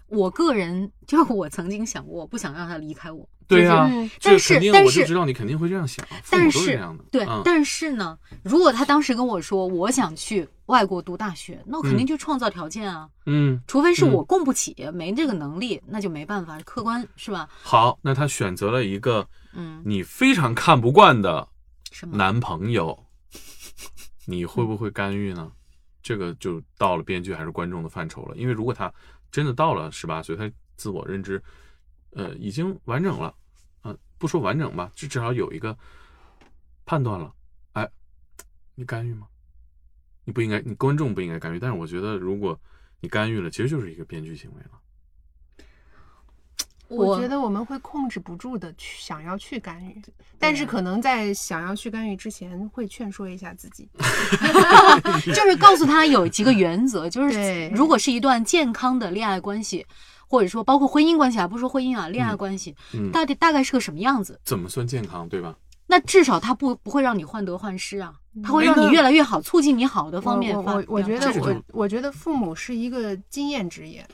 我个人就是我曾经想过，我不想让他离开我。对就是呀、嗯这但是肯定但我就是知道你肯定会这样想，啊父母但都是这样的，对，嗯、但是呢，如果他当时跟我说我想去外国读大学，那我肯定就创造条件啊，嗯，除非是嗯我供不起，没这个能力，那就没办法，客观是吧？好，那他选择了一个嗯，你非常看不惯的什么？男朋友，你会不会干预呢？这个就到了编剧还是观众的范畴了，因为如果他真的到了十八岁，他自我认知，呃，已经完整了，嗯、不说完整吧，至至少有一个判断了。哎，你干预吗？你不应该，你观众不应该干预，但是我觉得如果你干预了，其实就是一个编剧行为了。我觉得我们会控制不住的去想要去干预，但是可能在想要去干预之前，会劝说一下自己。就是告诉他有几个原则，就是对如果是一段健康的恋爱关系，或者说包括婚姻关系啊，不说婚姻啊，恋爱嗯关系、嗯，到底大概是个什么样子？怎么算健康，对吧？那至少他不不会让你患得患失啊，他会哎让你那越来越好，促进你好的方面嗯我发。我我觉得这是我种我觉得父母是一个经验职业，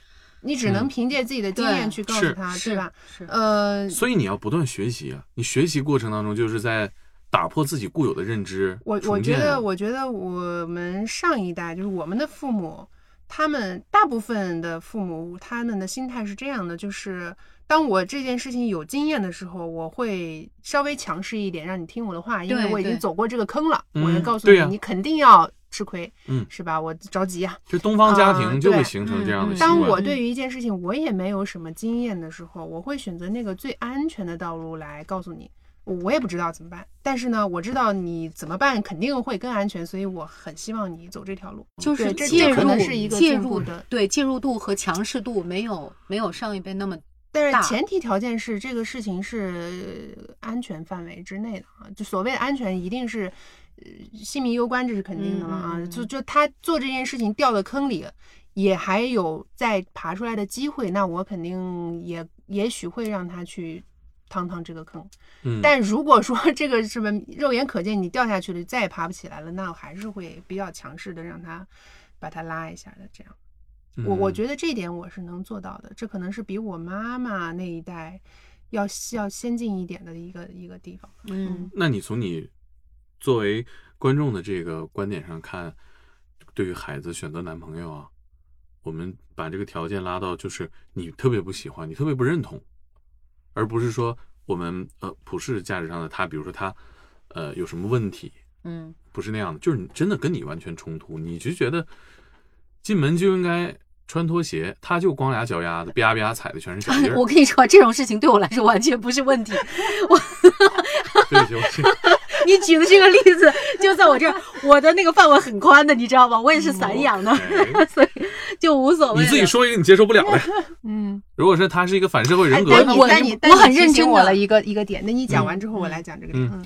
你只能嗯凭借自己的经验对去告是诉他，是啊对吧？是呃，所以你要不断学习啊！你学习过程当中就是在打破自己固有的认知。我我重觉建啊得，我觉得我们上一代就是我们的父母，他们大部分的父母，他们的心态是这样的，就是当我这件事情有经验的时候，我会稍微强势一点，让你听我的话，因为对我已经对走过这个坑了，嗯我就告诉对你，呀你肯定要吃亏，嗯是吧？我着急呀、就东方家啊庭就会对形成这样的嗯习惯。当我对于一件事情我也没有什么经验的时候，我会选择那个最安全的道路来告诉你。我也不知道怎么办。但是呢，我知道你怎么办肯定会更安全，所以我很希望你走这条路。就是对这介这可入能是一个介进入步的对介入度和强势度没有没有上一辈那么但大是前提条件是这个事情是呃安全范围之内的啊，就所谓的安全一定是呃性命攸关，这是肯定的了啊。嗯嗯嗯就就他做这件事情掉到坑里，也还有再爬出来的机会，那我肯定也也许会让他去趟趟这个坑。嗯， 但如果说 这个什么肉眼可见你掉下去了，再也爬不起来了，那我还是会比较强势的让他把他拉一下的这样。我嗯我觉得这一点我是能做到的，这可能是比我妈妈那一代要要先进一点的一个一个地方。嗯那你从你作为观众的这个观点上看，对于孩子选择男朋友啊，我们把这个条件拉到就是你特别不喜欢，你特别不认同，而不是说我们呃普世价值上的他，比如说他呃有什么问题，嗯不是那样的，就是你真的跟你完全冲突，你就觉得进门就应该穿拖鞋，他就光俩脚丫子，吧吧踩的全是脚印儿。 我跟你说，这种事情对我来说完全不是问题。对不起，我是你举的这个例子就在我这儿，我的那个范围很宽的，你知道吗？ 我也是散养的，哎所以就无所谓你了。自己说一个你接受不了的。嗯，如果是他是一个反社会人哎，格，但那你我但你我但你很提认醒真我的了一个一个点，那你讲嗯完之后我来讲这个点。嗯嗯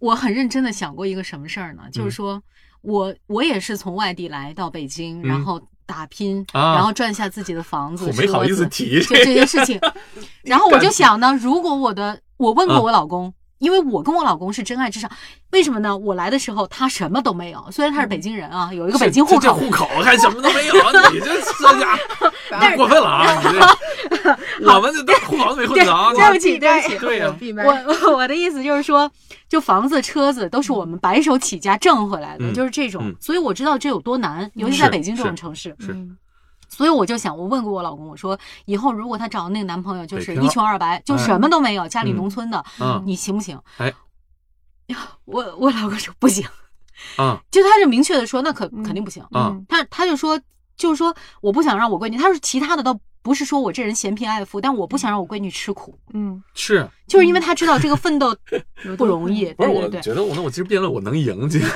我很认真的想过一个什么事儿呢？嗯就是说我我也是从外地来到北京，然后打拼，嗯啊然后赚下自己的房子，我没好意思提就这件事 情。 然后我就想呢，如果我的我问啊过我老公。因为我跟我老公是真爱至上，为什么呢？我来的时候他什么都没有，虽然他是嗯北京人啊，有一个北京户这这口，户口还什么都没有，啊你这这家 但伙过分了啊！你这我们这都户口都没混对着，对啊！不起，对不起，对呀我闭麦我我的意思就是说，就房子、车子都是我们白手起家挣回来的，嗯就是这种，嗯所以我知道这有多难，尤其在是北京这种是城市。是嗯所以我就想，我问过我老公，我说以后如果他找的那个男朋友就是北漂哎一穷二白，就什么都没有，家里农村的，嗯你行不行？哎 我我老公说不行，啊就他就明确的说，那可嗯肯定不行。啊嗯他他就说，就是说我不想让我闺女，他说其他的倒不是说我这人嫌贫爱富，但我不想让我闺女吃苦。嗯，是就是因为他知道这个奋斗有不多容 易，不对是？对我对，觉得我那我今儿辩论我能赢，今天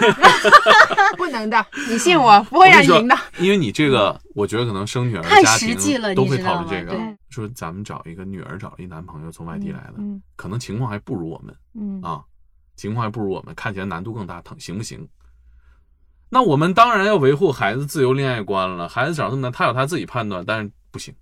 不能的，你信我，不会让你赢的。，因为你这个，我觉得可能生女儿太家实际庭了都你会知讨道论这吗个对，说咱们找一个女儿找一男朋友从外地来的，嗯可能情况还不如我们嗯啊，情况还不如我们，看起来难度更大，疼行不行？那我们当然要维护孩子自由恋爱观了，孩子找这么难，他有他自己判断，但是不 行。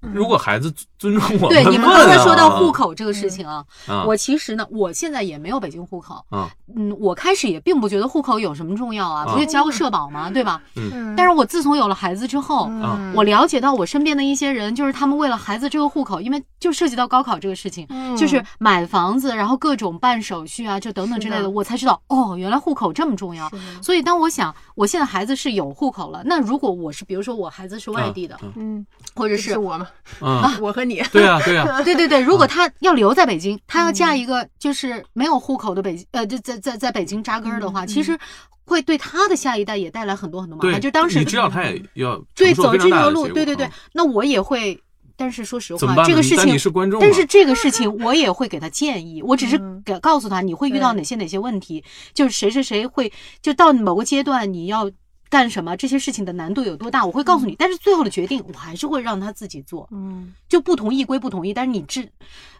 如果孩子尊重我们，啊对你们们刚才说到户，口这个事情嗯啊，啊、我其实呢，我现在也没有北京户口。啊嗯，我开始也并不觉得户口有什么重要啊，啊不就交个社保嘛，对吧？嗯但是我自从有了孩子之后，啊我了解到我身边的一些人，就是他们为了孩子这个户口，因为就涉及到高考这个事情，嗯就是买房子，然后各种办手续啊，就等等之类是的，的我才知道哦，原来户口这么重要。是的所以当我想我现在孩子是有户口了，那如果我是比如说我孩子是外地的，啊嗯，或者这是是我嘛，啊，我和你。对呀、对啊呀、对对对，如果她要留在北京，她要嗯嫁一个就是没有户口的北呃，就在在在北京扎根儿的话，嗯其实会对她的下一代也带来很多很多麻对，烦。就当时嗯你知道他也要对承受走非常这大条的路，结果对对对嗯，那我也会。但是说实怎么话，办呢？这个你事但情你是观众啊，但是这个事情我也会给他建议，我只是嗯给告诉他你会遇到对哪些哪些问题，就是谁谁谁会就到某个阶段你要干什么，这些事情的难度有多大，我会告诉你。但是最后的决定我还是会让他自己做，嗯就不同意归不同意，但是你至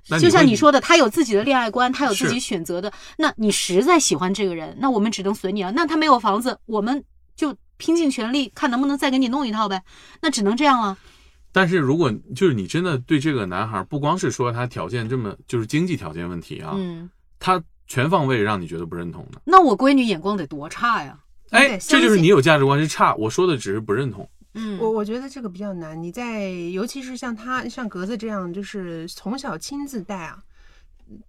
那你就像会你说的，他有自己的恋爱观，他有自己是选择的。那你实在喜欢这个人，那我们只能随你了。那他没有房子，我们就拼尽全力看能不能再给你弄一套呗。那只能这样了。但是如果就是你真的对这个男孩，不光是说他条件这么，就是经济条件问题啊，嗯，他全方位让你觉得不认同的，那我闺女眼光得多差呀。你得哎，相这就是信你有价值观是差。我说的只是不认同，嗯，我我觉得这个比较难，你在尤其是像他像格子这样，就是从小亲自带啊，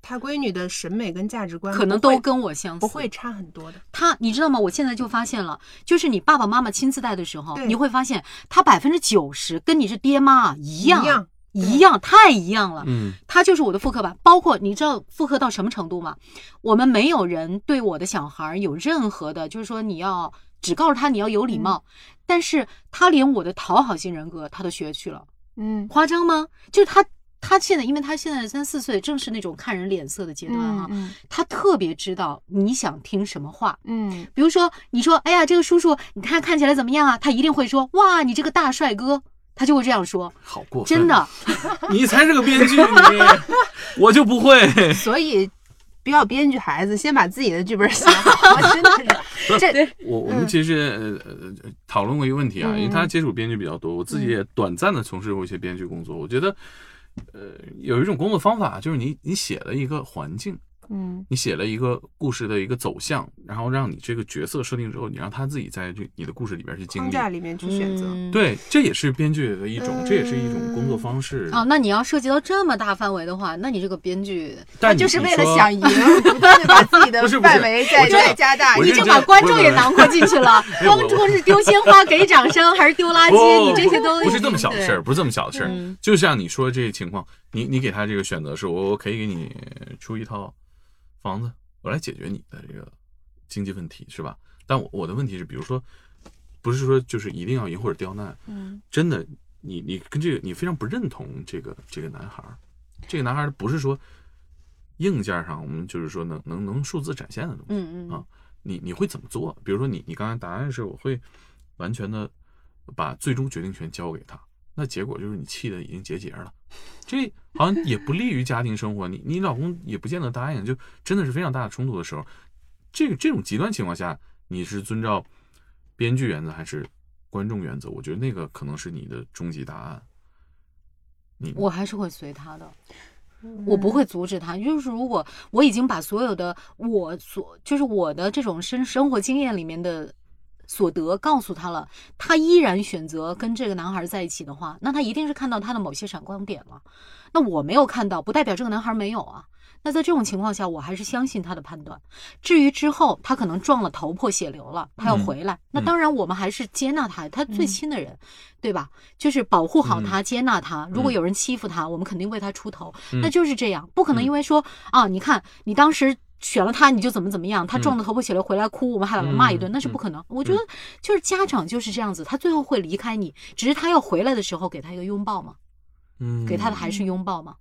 他闺女的审美跟价值观可能不会都跟我相似，不会差很多的。他，你知道吗？我现在就发现了，就是你爸爸妈妈亲自带的时候，对你会发现他百分之九十跟你是爹妈啊一样，一样一样太一样了。嗯，他就是我的复刻版，包括你知道复刻到什么程度吗？我们没有人对我的小孩儿有任何的，就是说你要只告诉他你要嗯有礼貌，但是他连我的讨好型人格他都学去了，嗯，夸张吗？就是他他现在，因为他现在三四岁，正是那种看人脸色的阶段哈、嗯他特别知道你想听什么话。嗯比如说，你说，哎呀，这个叔叔，你看看起来怎么样啊？他一定会说，哇，你这个大帅哥，他就会这样说，好过分，真的。你才是个编剧， 你我就不会。嗯， 所以不要编剧孩子，先把自己的剧本写 好，真的是这我我嗯们其实呃呃讨论过一个问题啊，因为他接触编剧比较多，我嗯自己也短暂的从事过一些编剧工作。我觉得，呃，有一种工作方法，就是你你写了一个环境，嗯你写了一个故事的一个走向，然后让你这个角色设定之后，你让他自己在这你的故事里边去经框历。架里面去选择。嗯对，这也是编剧的一种，嗯这也是一种工作方式。哦，那你要涉及到这么大范围的话，那你这个编剧，但他你就是你为了说想赢，不断的啊 把自己不的是不是范围再我知道再加大 我。你认就真把观众也我囊括进去 了。哎我观众是丢鲜花给掌声，还是丢垃圾？不你这些都不是这么小的事对儿，不是这么小的事儿嗯。就像你说这个情况，你你给他这个选择是，我我可以给你出一套房子，我来解决你的这个经济问题，是吧？但我我的问题是，比如说，不是说就是一定要赢或者刁难，嗯真的，你你跟这个你非常不认同这个这个男孩儿，这个男孩儿不是说硬件上我们就是说能能能数字展现的东西，嗯啊嗯你你会怎么做？比如说你你刚才答案是我会完全的把最终决定权交给他，那结果就是你气的已经结节了，这好像也不利于家庭生活。你你老公也不见得答应，就真的是非常大的冲突的时候，这个这种极端情况下，你是遵照编剧原则还是观众原则？我觉得那个可能是你的终极答案。你我还是会随他的，我不会阻止他。就是如果我已经把所有的我所，就是我的这种生生活经验里面的所得告诉他了，他依然选择跟这个男孩在一起的话，那他一定是看到他的某些闪光点了。那我没有看到，不代表这个男孩没有啊。那在这种情况下，我还是相信他的判断。至于之后他可能撞了头破血流了，他要嗯回来，那当然我们还是接纳他，他最亲的人，对吧？就是保护嗯好他，啊接纳他。如果有人欺负他，我们肯定为他出头。嗯那就是这样，不可能因为说、啊，你看你当时。选了他，你就怎么怎么样？他撞得头破血流回来哭，我们还把他骂一嗯顿，那是不可能。我觉得就是家长就是这样子，他最后会离开你，只是他要回来的时候给他一个拥抱嘛，嗯给他的还是拥抱嘛。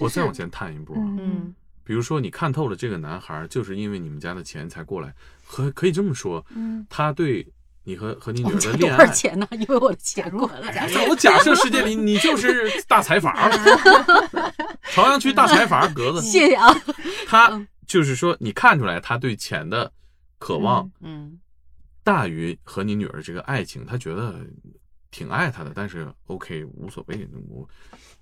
我再往前探一步啊，嗯比如说你看透了这个男孩儿，就是因为你们家的钱才过来，可可以这么说，嗯，他对你和和你我女儿的们家嗯多恋少爱。钱呢？因为我的钱过来，我假设世界里你就是大财阀了，朝阳区大财阀格子， 谢谢啊。他就是说你看出来他对钱的渴望嗯大于和你女儿这个爱情，他觉得挺爱她的，但是 OK 无所谓，我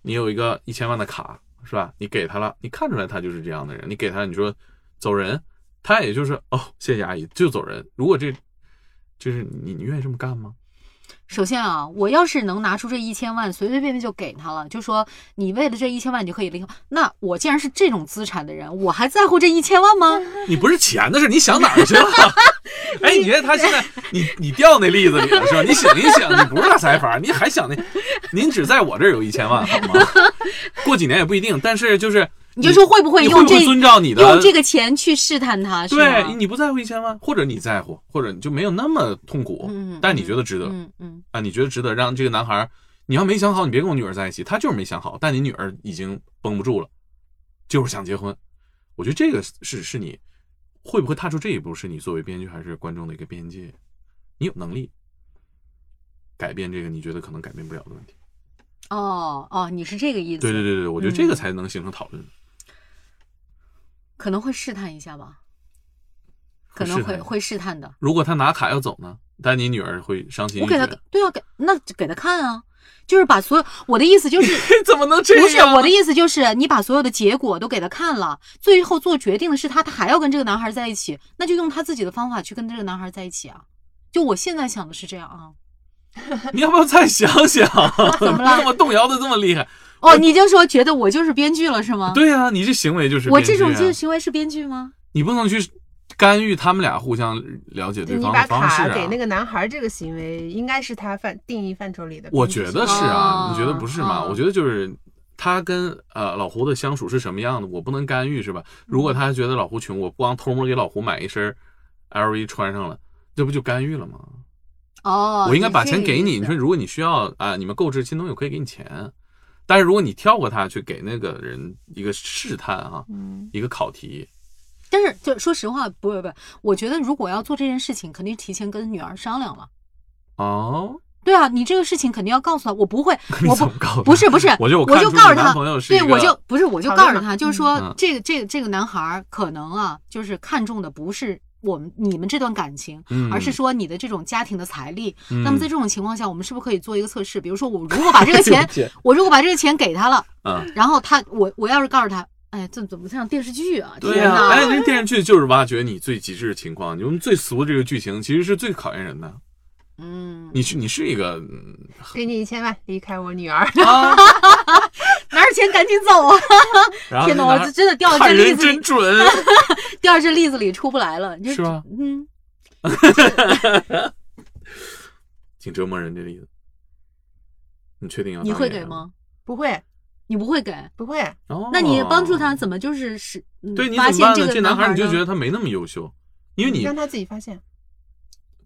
你有一个一千万的卡是吧？你给他了，你看出来他就是这样的人，你给他你说走人，他也就是哦谢谢阿姨就走人。如果这就是你你愿意这么干吗？首先啊，我要是能拿出这一千万，随随便便就给他了，就说你为了这一千万你就可以离婚，那我既然是这种资产的人，我还在乎这一千万吗？你不是钱的事，你想哪儿 去了？哎，你觉得他现在你你掉那例子里了是吧？你想一想，你不是大财阀，你还想那？您只在我这儿有一千万好吗？过几年也不一定，但是就是你就说会不会你用不这会遵照你的用这个钱啊去试探他，是吗？对，你不在乎一千万，或者你在乎，或者你就没有那么痛苦，嗯但你觉得值得、嗯嗯，啊？你觉得值得让这个男孩儿，你要没想好，你别跟我女儿在一起，他就是没想好，但你女儿已经绷不住了，就是想结婚。我觉得这个是是你会不会踏出这一步，是你作为编剧还是观众的一个边界，你有能力改变这个你觉得可能改变不了的问题。哦哦，你是这个意思？对对对对，我觉得这个嗯才能形成讨论。可能会试探一下吧，可会能试探会一下会试探的。如果他拿卡要走呢，但你女儿会伤心我欲给他绝。对啊，给那就给他看啊，就是把所有我的意 思就是。怎么能这样？啊不是我的意思，就是你把所有的结果都给他看了，最后做决定的是他，他还要跟这个男孩在一起，那就用他自己的方法去跟这个男孩在一起啊。就我现在想的是这样啊。你要不要再想想？怎 么了这么动摇的这么厉害？哦，你就说觉得我就是编剧了是吗？对啊，你这行为就是我编这剧啊种这个行为是编剧吗？你不能去干预他们俩互相了解对你方把的方式卡啊。给那个男孩这个行为，应该是他范定义范畴里的。我觉得是啊，哦你觉得不是吗？哦我觉得就是他跟呃老胡的相处是什么样的，我不能干预是吧？如果他觉得老胡穷，我光偷摸给老胡买一身 LV 穿上了，这不就干预了吗？哦，我应该把这钱个给意你。思你说如果你需要啊，你们购置新东西，我可以给你钱。但是如果你跳过它去给那个人一个试探啊，嗯，一个考题，但是就说实话，不不不，我觉得如果要做这件事情，肯定提前跟女儿商量了。哦， 对啊，你这个事情肯定要告诉她，我不会你，我怎不么告诉不是不是， 我我就我看就出告你诉男他朋友，是一对个我就不是我就讨告论诉嘛他，就是说、嗯这个这个这个男孩儿可能啊，就是看重的不是我们你们这段感情，嗯而是说你的这种家庭的财力。那那么在这种情况下，我们是不是可以做一个测试？比如说，我如果把这个 哎钱，我如果把这个钱给他了，嗯，然后他我我要是告诉他，哎，这怎么像电视剧啊？对天呀、哪！哎，那电视剧就是挖掘你最极致的情况，你们最俗的这个剧情其实是最考验人的。嗯，你是你是一个嗯 给你一千万，离开我女儿。 啊，拿着钱赶紧走啊！ 然后天哪，哪，我这真的掉到这看例人子里真， 准，掉到这例子里出不来了。你就是吧？嗯，挺折磨人这例子。你确定要？你会给？吗？不会，你不会给，不会，哦，那你帮助他怎么就是使嗯对，你怎发么现办这呢？个这男孩孩儿你就呢觉得他没那么优秀，因为你让他自己发现。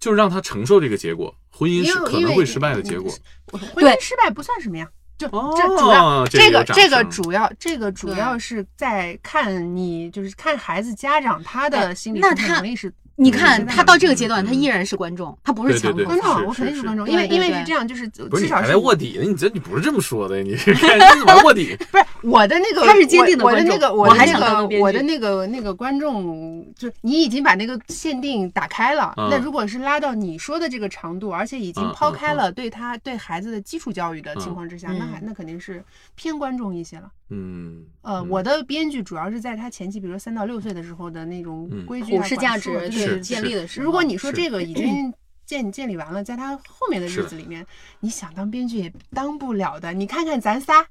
就是让他承受这个结果，婚姻因是为可因能为会失败的结果。婚姻失败不算什么呀，就哦这主要这个这个有掌这个声主要这个主要是在看你就是看孩子家长他的哎心理那承受他能力是你嗯看现在他到这个阶段，嗯他依然是观众，他不是对对强对迫观。众，是我肯定是是观众，是因为对因为对是这样，就是不是至你少还是在卧底呢？你这你不是这么说的，你 你怎么卧 底？不是我的那个，他是坚定的我我的观众那个，我我的还那想当个个，编剧我的那个那个观众，就是你已经把那个限定打开了。嗯那如果是拉到你说的这个长度，而且嗯已经嗯抛开了对他对孩子的基础教育的情况之下，嗯那还那肯定是偏观众一些了。嗯，呃，嗯我的编剧主要是在他前期，比如说三到六岁的时候的那种嗯规矩啊、普世价管束啊值对是是建是立的时候，如果你说是这个已经建建立完了，在他后面的是日的子里面，你想当编剧也当不了的。你看看咱仨，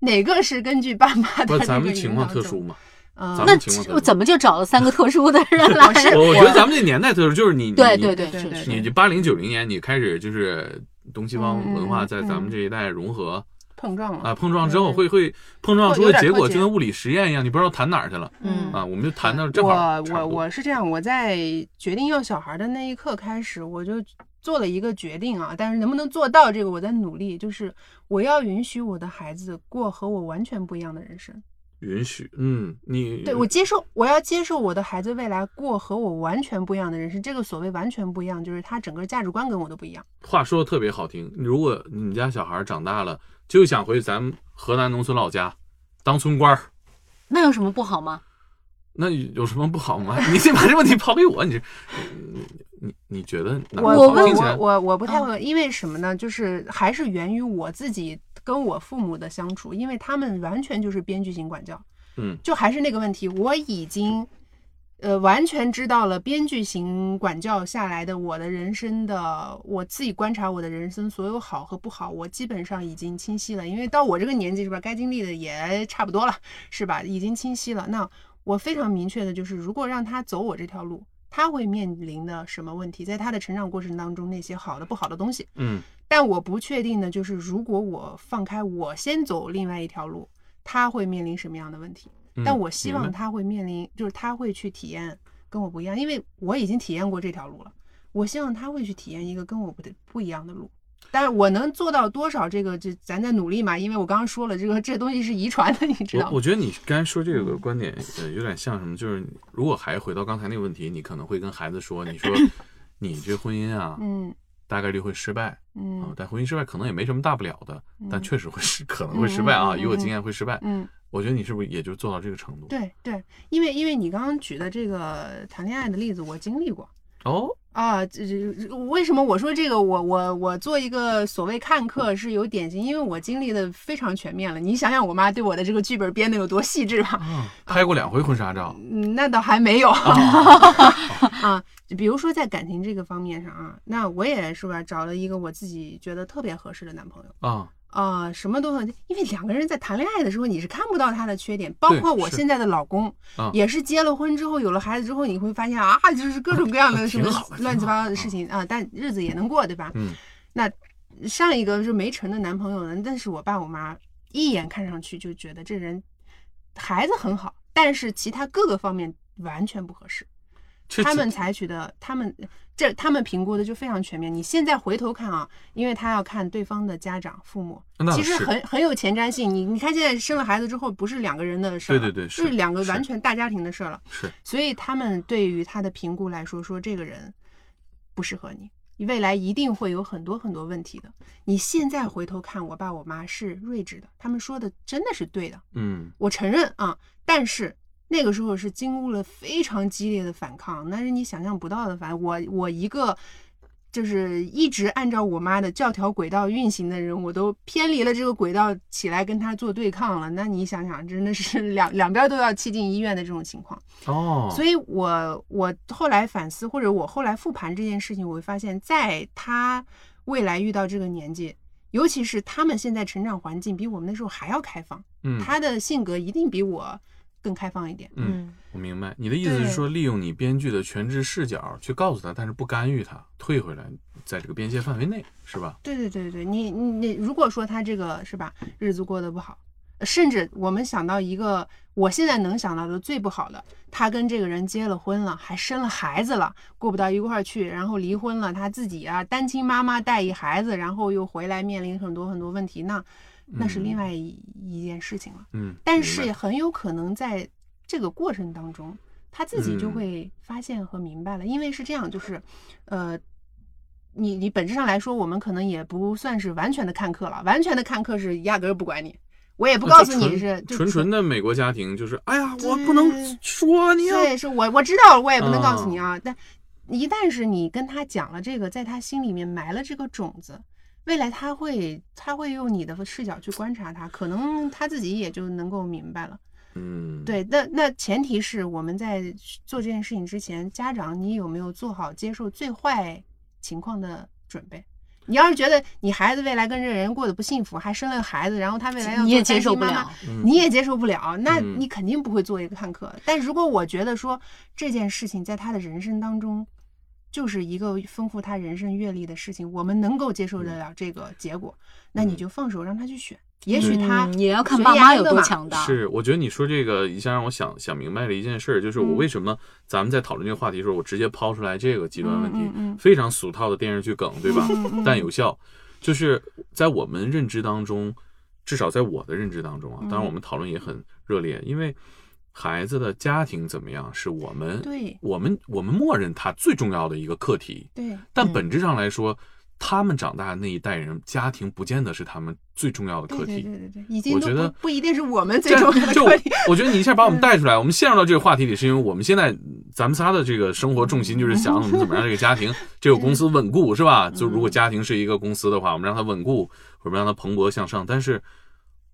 哪个是根据爸妈的不，那咱个们引情况导特走殊？嘛。嗯，咱那们情况这特殊怎么就找了三个特殊的 人来？ 我我觉得咱们这年代特殊，就是你对你对对，对是对是你就八零九零年，你开始就是东西方文化嗯在咱们嗯这一代融合碰撞了啊，碰撞之后嗯会会碰撞会出有的点结脱果就节跟物理实验一样，你不知道谈哪儿去了嗯啊。我们就谈到正好我差我不多我是这样，我在决定要小孩的那一刻开始，我就做了一个决定啊，但是能不能做到这个，我在努力，就是我要允许我的孩子过和我完全不一样的人生。允许，嗯，你对我接受，我要接受我的孩子未来过和我完全不一样的人生。这个所谓完全不一样，就是他整个价值观跟我都不一样。话说的特别好听，如果你家小孩长大了，就想回咱们河南农村老家当村官儿，那有什么不好吗？那有什么不好吗？ 你先把这问题抛给我，你这你你你觉得哪我不好嗯问听起我来我我不太会，因为什么呢？就是还是源于我自己跟我父母的相处，因为他们完全就是编剧型管教。嗯就还是那个问题，我已经呃完全知道了编剧型管教下来的我的人生的，我自己观察我的人生所有好和不好，我基本上已经清晰了。因为到我这个年纪是吧，该经历的也差不多了，是吧？已经清晰了。那我非常明确的就是，如果让他走我这条路。他会面临的什么问题？在他的成长过程当中，那些好的、不好的东西，嗯但我不确定的就是，如果我放开我先走另外一条路，他会面临什么样的问题？嗯，但我希明望白他会面临，就是他会去体验跟我不一样，因为我已经体验过这条路了。我希望他会去体验一个跟我不的不一样的路。但是我能做到多少，这个这咱在努力嘛，因为我刚刚说了，这个这东西是遗传的，你知道我吗我？觉得你刚才说这个观点，呃，有点像什么？就是如果还回到刚才那个问题，你可能会跟孩子说，你 说你这婚姻啊，嗯大概率会失败啊嗯，但婚姻失败可能也没什么大不了的，但嗯确实会失，可能会失败啊，嗯嗯嗯以我经验会失败。嗯，我觉得你是不是也就做到这个程度？对对，因为因为你刚刚举的这个谈恋爱的例子，我经历过。哦，啊，这这这为什么我说这个？我我我做一个所谓看客是有典型，因为我经历的非常全面了。你想想，我妈对我的这个剧本编的有多细致吧？啊，拍过两回婚纱 照，嗯，那倒还没有啊。比如说在感情这个方面上啊，那我也是吧，找了一个我自己觉得特别合适的男朋友啊，啊、什么都很，因为两个人在谈恋爱的时候，你是看不到他的缺点，包对括我是现在的老公啊， 也是结了婚之后，有了孩子之后，你会发现啊，就是各种各样的什么挺好的乱七八糟挺好的的事情啊，但日子也能过，对吧？嗯，那上一个是没成的男朋友呢，但是我爸我妈一眼看上去就觉得这人孩子很好，但是其他各个方面完全不合适。这他们采取的，他们这他们评估的就非常全面。你现在回头看啊，因为他要看对方的家长、父母，那其实是很很有前瞻性。你你看现在生了孩子之后，不是两个人的事儿了，对对对就是是两个是完全大家庭的事儿了。是所以他们对于他的评估来说，说这个人不适合你，未来一定会有很多很多问题的。你现在回头看，我爸我妈是睿智的，他们说的真的是对的，嗯我承认啊。但是那个时候是经过了非常激烈的反抗，那是你想象不到的反。我我一个。就是一直按照我妈的教条轨道运行的人，我都偏离了这个轨道起来跟他做对抗了。那你想想，真的是两两边都要气进医院的这种情况。哦，所以我我后来反思，或者我后来复盘这件事情，我会发现，在他未来遇到这个年纪，尤其是他们现在成长环境比我们那时候还要开放，嗯，他的性格一定比我更开放一点。嗯，我明白你的意思是对说，利用你编剧的全知视角去告诉他，但是不干预他，退回来，在这个边界范围内，是吧？对对对对，你你你，如果说他这个是吧，日子过得不好，呃甚至我们想到一个我现在能想到的最不好的，他跟这个人结了婚了，还生了孩子了，过不到一块儿去，然后离婚了，他自己啊单亲妈妈带一孩子，然后又回来面临很多很多问题，那那是另外一、一件事情了。嗯，但明是白也很有可能在这个过程当中，他自己嗯就会发现和明白了，因为是这样，就是，呃，你你本质上来说，我们可能也不算是完全的看客了，完全的看客是压根儿不管你，我也不那告啊就诉你纯是就纯纯的美国家庭，就是哎呀，我不对能说你要啊对，是我我知道了，我也不能告诉你啊。但一旦是你跟他讲了这个，在他心里面埋了这个种子，未来他会他会用你的视角去观察他，可能他自己也就能够明白了。嗯，对，那那前提是我们在做这件事情之前，家长你有没有做好接受最坏情况的准备？你要是觉得你孩子未来跟这人过得不幸福，还生了孩子，然后他未来要你也做单接受亲不妈妈了，嗯，你也接受不了，那嗯你肯定不会做一个看客。但如果我觉得说这件事情在他的人生当中，就是一个丰富他人生阅历的事情，我们能够接受嗯得了这个结果，那你就放手让他去选。也许他嗯也要看悬爸崖妈勒有多马强大。是，我觉得你说这个一下让我想想明白了一件事儿，就是我嗯为什么咱们在讨论这个话题的时候，我直接抛出来这个极端问题，嗯嗯嗯非常俗套的电视剧梗，对吧？嗯嗯但有效，就是在我们认知当中，至少在我的认知当中啊，当嗯然我们讨论也很热烈，因为孩子的家庭怎么样，是我们对我们我们默认他最重要的一个课题，对，但本质上来说，他们长大那一代人，家庭不见得是他们最重要的对课对题。对对对，已经我都觉得不不一定是我 们最这重要的这课我题。我觉得你一下把我们带出来，我们陷入到这个话题里，是因为我们现在咱们仨的这个生活重心就是想我们怎么让这个家 庭、这个公司稳固，是吧？就如果家庭是一个公司的话，我们让它稳固，我们让它蓬勃向上。但是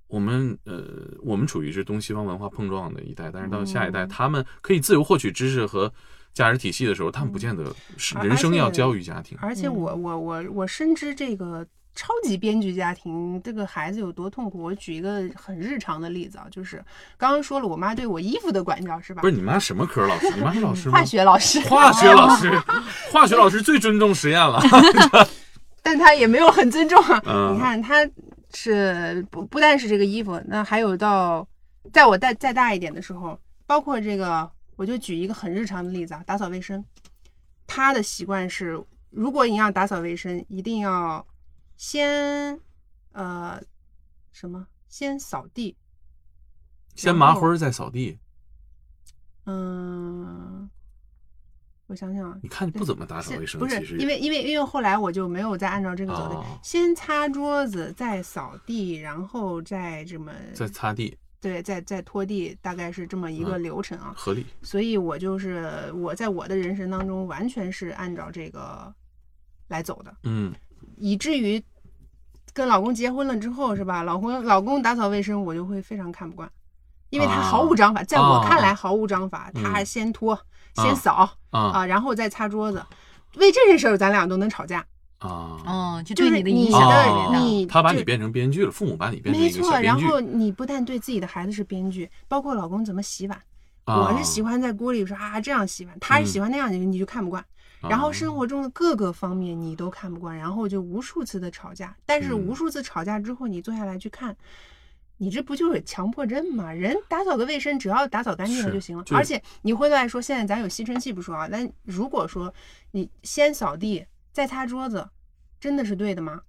我们呃，我们处于是东西方文化碰撞的一代，但是到下一代，他们可以自由获取知识和价值体系的时候，他们不见得是而人生而且要教育家庭。而且我我我我深知这个超级编剧家庭这个孩子有多痛苦。我举一个很日常的例子啊，就是刚刚说了我妈对我衣服的管教是吧？不是你妈什么科老师？你妈是老师吗？化学老师，化学老师，化学老师最尊重实验 了。 但他也没有很尊重 啊。嗯你看，他是不不但是这个衣服，那还有到在我再再大一点的时候，包括这个，我就举一个很日常的例子啊，打扫卫生。他的习惯是，如果你要打扫卫生，一定要先呃什么，先扫地，先麻花儿再扫地，嗯，我想想啊，你看你不怎么打扫是卫生，不是其实因为因为因为后来我就没有再按照这个走的，哦先擦桌子，再扫地，然后再这么在擦地对再再拖地，大概是这么一个嗯流程啊。合理。所以我就是我在我的人生当中完全是按照这个来走的，嗯，以至于跟老公结婚了之后是吧？老公老公打扫卫生，我就会非常看不惯，因为他啊毫无章法，在我看啊来毫无章法，他嗯先拖啊先扫。啊啊，然后再擦桌子。为这件事儿，咱俩都能吵架，啊嗯，就就对是你的影哦你响啊特别大。你他把就你变成编剧了，父母把你变成没一个错。小编然剧。后你不但对自己的孩子是编剧，包括老公怎么洗碗，啊嗯我是喜欢在锅里说啊这样洗碗，他是喜欢那样，你你就看不惯。然后生啊活中的各个方面你都看不惯，然后就无数次的吵架。但是嗯无数次吵架之后，你坐下来去看，你这不就是强迫症吗？人打扫个卫生，只要打扫干净了是就行了。就是而且你回头来说，现在咱有吸尘器不说啊，但如果说你先扫地再擦桌子，真的是对的吗？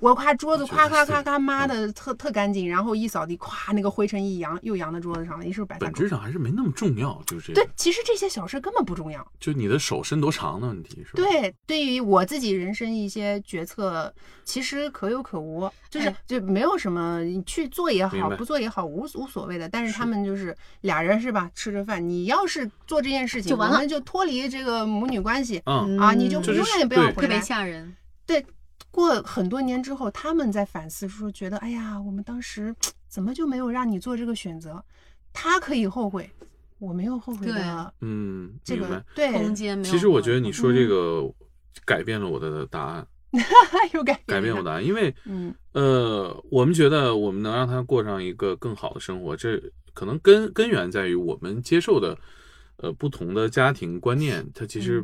我夸桌子我觉夸得夸是嗯夸夸，妈的特特干净，然后一扫地，咵那个灰尘一扬又扬到桌子上了，你是不是白发本狗质？上还是没那么重要，就是这对个，，其实这些小事根本不重要。就你的手伸多长的问题是吧？，对，对于我自己人生一些决策，其实可有可无，就是哎就没有什么你去做也明好，白不做也好，无无所谓的。但是他是们就是俩人是吧，吃着饭，你要是做这件事情，就完我了们就脱离这个母女关系嗯，啊，你就嗯这永是远不要对回特别来。吓人。过很多年之后，他们在反思说，觉得哎呀，我们当时怎么就没有让你做这个选择？他可以后悔，我没有后悔对的嗯，这明个嗯白。对，空间没有。其实我觉得你说这个改变了我的答案，又改改变我了答案，因为嗯呃，我们觉得我们能让他过上一个更好的生活，这可能根根源在于我们接受的呃不同的家庭观念，它其实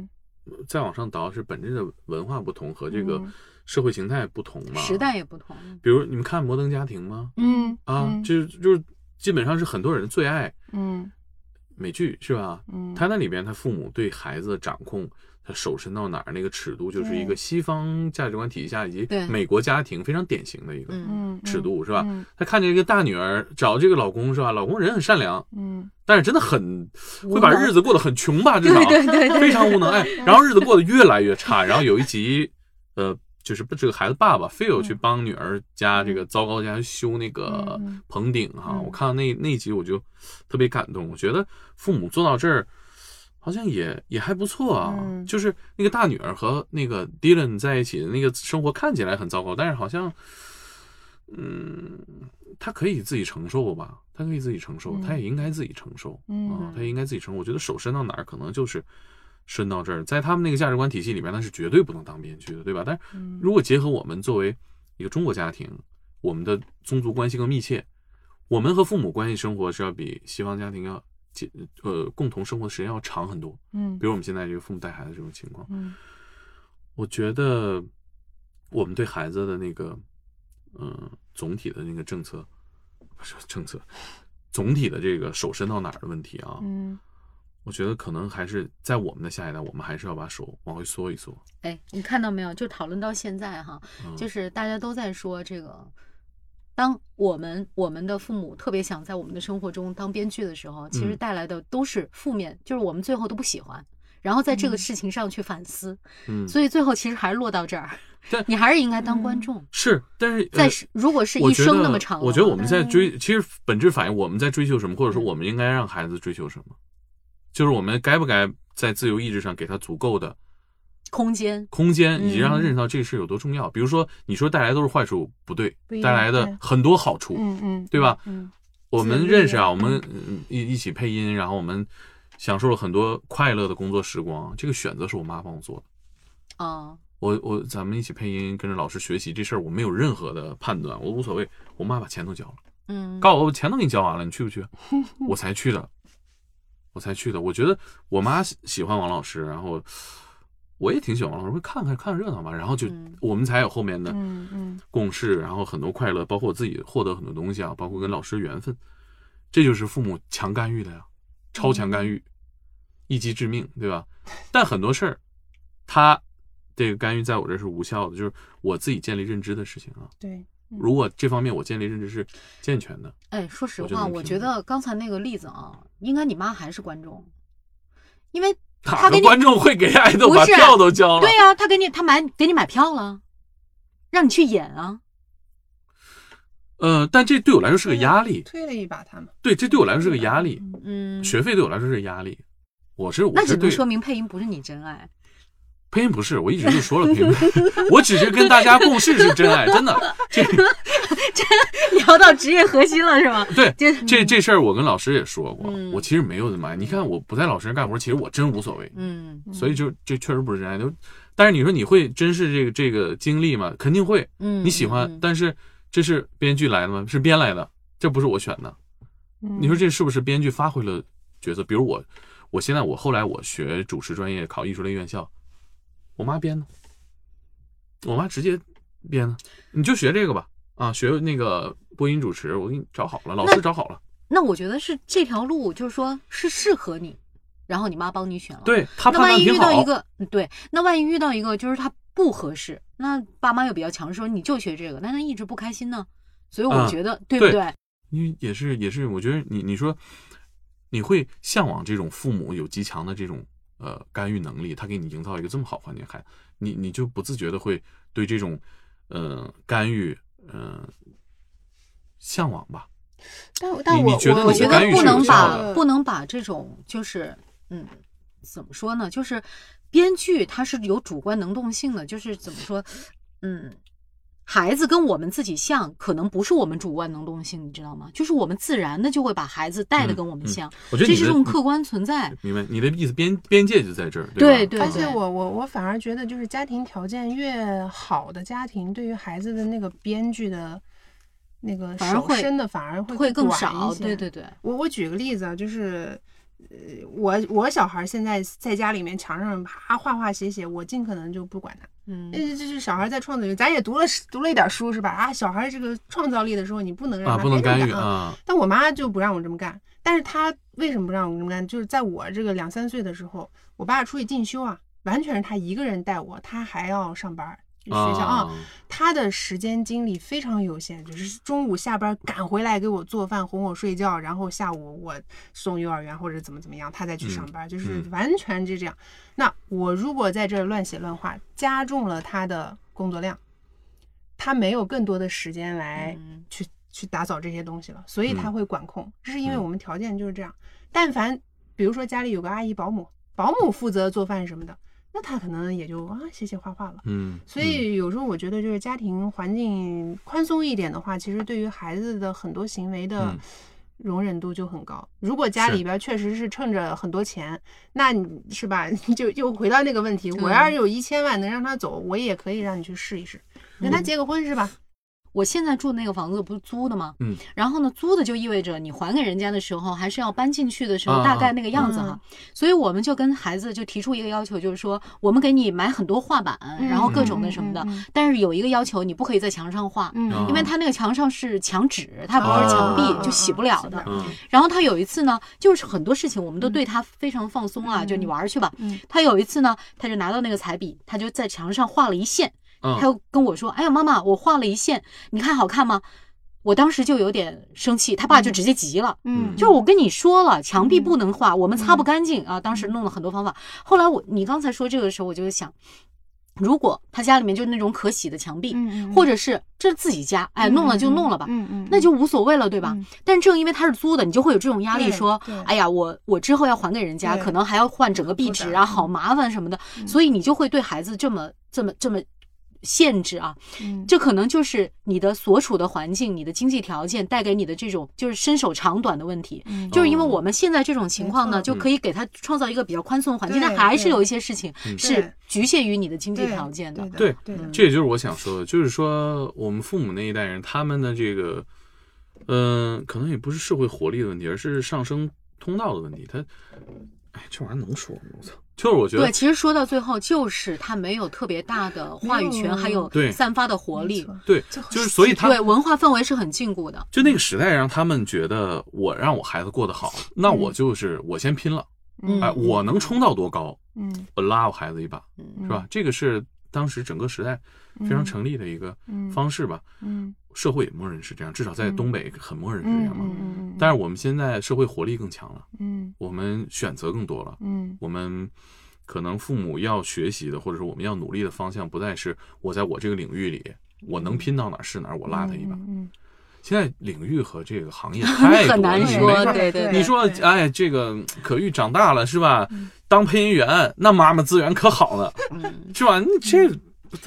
嗯再往上倒是本质的文化不同和这个嗯社会形态不同嘛。时代也不同，比如你们看《摩登家庭》吗？嗯啊，嗯这就是基本上是很多人最爱嗯美剧，是吧？嗯，他那里边他父母对孩子的掌控，他手伸到哪儿那个尺度，就是一个对西方价值观体系下以及对美国家庭非常典型的一个。嗯，嗯尺嗯度是吧嗯他看见一个大女儿找这个老公是吧？老公人很善良，嗯，但是真的很会无把能日子过得很穷吧，至少 对对 对，非常无能 哎。然后日子过得越来越差，然后有一集，呃，就是这个孩子爸爸非有去帮女儿家这个糟糕家修那个嗯嗯嗯棚顶哈，嗯我看到那那一集我就特别感动，我觉得父母做到这儿。好像也也还不错啊，嗯就是那个大女儿和那个 Dylan 在一起的那个生活看起来很糟糕，但是好像，嗯，她可以自己承受吧，她可以自己承受，嗯她也应该自己承受。啊嗯，他应该自己承认。我觉得手伸到哪儿，可能就是伸到这儿。在他们那个价值观体系里面，那是绝对不能当编剧的，对吧？但是嗯如果结合我们作为一个中国家庭，我们的宗族关系更密切，我们和父母关系生活是要比西方家庭要结呃共同生活的时间要长很多。嗯比如我们现在这个父母带孩子这种情况，嗯我觉得我们对孩子的那个，嗯、总体的那个政策，不是政策，总体的这个手伸到哪儿的问题啊，嗯，我觉得可能还是在我们的下一代，我们还是要把手往回缩一缩。哎，你看到没有？就讨论到现在哈，嗯、就是是大家都在说这个。当我们我们的父母特别想在我们的生活中当编剧的时候，其实嗯带来的都是负面，就是我们最后都不喜欢，然后在这个嗯事情上去反思，嗯所以最后其实还是落到这儿 但，你还是应该当观众。是，但是在呃是如果是我一觉生那得么长的话，我觉得我们在嗯追，其实本质反映我们在追求什么，嗯或者说我们应该让孩子追求什么，就是我们该不该在自由意志上给他足够的空间空间，以及让他嗯认识到这个事有多重要。比如说，你说带来都是坏处，不对不一，定带来的对很多好处，嗯嗯，对吧嗯我自们律认识啊，我们嗯一一起配音，然后我们享受了很多快乐的工作时光。这个选择是我妈帮我做的。啊，我我咱们一起配音，跟着老师学习这事儿，我没有任何的判断，我无所谓。我妈把钱都交了，嗯，告诉我我钱都给你交完了，你去不去？我才去的，我才去的。我觉得我妈喜喜欢王老师，然后我也挺喜欢王老师，会看看看看热闹吧。然后就、嗯我们才有后面的嗯嗯共事，然后很多快乐，包括我自己获得很多东西啊，包括跟老师的缘分，这就是父母强干预的呀，超强干预，一击致命，对吧？但很多事儿，他这个干预在我这儿是无效的，就是我自己建立认知的事情啊。对，嗯如果这方面我建立认知是健全的，哎，说实我觉得话，能我评觉论得刚才那个例子啊，应该你妈还是观众，因为哪她个给你观众会给爱豆不把是票都交了？对呀、她给你她买给你买票了，让你去演啊，呃，但这对我来说是个压力，推了一把他们，对，这对我来说是个压力，嗯嗯，学费对我来说是个压力。我是我那是只能对说明配音不是你真爱。配音不是，我一直就说了配 音不是，我只是跟大家共事是真爱，真的。这聊到职业核心了是吗？对这这这事儿我跟老师也说过，嗯我其实没有怎么爱。你看我不在老师那干活，其实我真无所谓，嗯所以就这确实不是真爱。就但是你说你会珍视这个这个经历吗？肯定会，嗯，你喜欢，嗯但是这是编剧来的吗？是编来的，这不是我选的。嗯你说这是不是编剧发挥了角色？比如我，我现在我后来我学主持专业，考艺术类院校，我妈编的，我妈直接编的，你就学这个吧，啊，学那个播音主持，我给你找好了，老师找好了。那哦我觉得是这条路，就是说是适合你，然后你妈帮你选了。，对他那判万断一挺遇好到，一个，嗯对，那万一遇到一个就是他不合适，那爸妈又比较强势，说你就学这个，那他一直不开心呢。所以我啊觉得，对不对对？因为也是也是，我觉得你你说你会向往这种父母有极强的这种呃干预能力，他给你营造一个这么好环境，还你你就不自觉的会对这种呃干预呃向往吧。但但你我你觉得你我我的觉干得预不是有能效把的不能把这种就是嗯，怎么说呢？就是编剧他是有主观能动性的，就是怎么说，嗯。孩子跟我们自己像，可能不是我们主观能动性，你知道吗？就是我们自然的就会把孩子带的嗯跟我嗯们像，我觉得这你是的这种客观存在。明白你的意思，边边界就在这儿，吧？对而且对我我我反而觉得，就是家庭条件越好的家庭，对于孩子的那个编剧的那个反而手会伸的反而会会更短一少。些对对对，我我举个例子啊，就是，呃，我我小孩现在在家里面墙上啪画画写写，我尽可能就不管他。嗯这这是小孩在创作力，咱也读了读了一点书是吧？啊，小孩这个创造力的时候，你不能让啊，他不能干着预干啊，但我妈就不让我这么干。但是她为什么不让我这么干？就是在我这个两三岁的时候，我爸出去进修啊，完全是她一个人带我，她还要上班儿，就学校啊，她的时间精力非常有限，就是中午下班赶回来给我做饭、哄我睡觉，然后下午我送幼儿园或者怎么怎么样，她再去上班，就是嗯完全就这样。那我如果在这儿乱写乱画，加重了她的工作量，她没有更多的时间来。嗯去去打扫这些东西了，所以他嗯会管控。这是因为嗯我们条件就是这样。但凡比如说家里有个阿姨保姆，保姆负责做饭什么的，那他可能也就啊写写画画了。嗯，所以有时候我觉得，就是家庭环境宽松一点的话，其实对于孩子的很多行为的嗯容忍度就很高。如果家是里边确实是趁着很多钱，那你是吧？ 就又回到那个问题，对我要是有一千万能让他走，我也可以让你去试一试，跟他结个婚是吧？我现在住的那个房子不是租的吗？嗯，然后呢，租的就意味着你还给人家的时候，还是要搬进去的时候啊大概那个样子哈。嗯所以我们就跟孩子就提出一个要求，就是说我们给你买很多画板，然后各种的什么的，嗯嗯嗯但是有一个要求，你不可以在墙上画。嗯啊因为他那个墙上是墙纸，它不是墙壁，哦就洗不了的。嗯然后他有一次呢，就是很多事情我们都对他非常放松啊，嗯就你玩儿去吧。嗯他有一次呢，他就拿到那个彩笔，他就在墙上画了一线，嗯他又跟我说：“哎呀，妈妈，我画了一线，你看好看吗？”我当时就有点生气，他爸就直接急了。嗯就是我跟你说了，墙壁不能画，我们擦不干净啊。当时嗯弄了很多方法，后来我你刚才说这个的时候，我就想，如果他家里面就是那种可洗的墙壁，嗯或者是这是自己家，哎，弄了就弄了吧，嗯嗯，那就无所谓了，对吧？嗯但正因为它是租的，你就会有这种压力对说，对哎呀，我我之后要还给人家，对嗯可能还要换整个壁纸啊，复杂好麻烦什么的，嗯所以你就会对孩子这么这么这么限制啊。嗯这可能就是你的所处的环境、你的经济条件带给你的这种就是伸手长短的问题。嗯就是因为哦我们现在这种情况呢，没就错可以给他创造一个比较宽松的环境，对但还是对有一些事情嗯是对局限于你的经济条件的。对对对的嗯这也就是我想说的，就是说我们父母那一代人，他们的这个，嗯、可能也不是社会活力的问题，而是上升通道的问题。他，哎，这玩意儿能说吗？我操！就是我觉对，得，其实说到最后，就是他没有特别大的话语权，没有还有对散发的活力。对，就是所以他对文化氛围是很禁锢的，就那个时代让他们觉得我让我孩子过得好，那我就是我先拼了，嗯哎，我能冲到多高，嗯我拉我孩子一把，嗯是吧？这个是当时整个时代非常成立的一个嗯方式吧。嗯社会也默认是这样，至少在东北很默认是这嗯样嘛。嗯但是我们现在社会活力更强了。嗯我们选择更多了，嗯我们可能父母要学习的，或者说我们要努力的方向，不再是我在我这个领域里我能拼到哪儿是哪儿，我拉他一把。嗯现在领域和这个 行业太多嗯很了，难你说没法。对对你说，对哎，这个可玉长大了是吧？当配音员，那妈妈资源可好 了，嗯，是吧？你这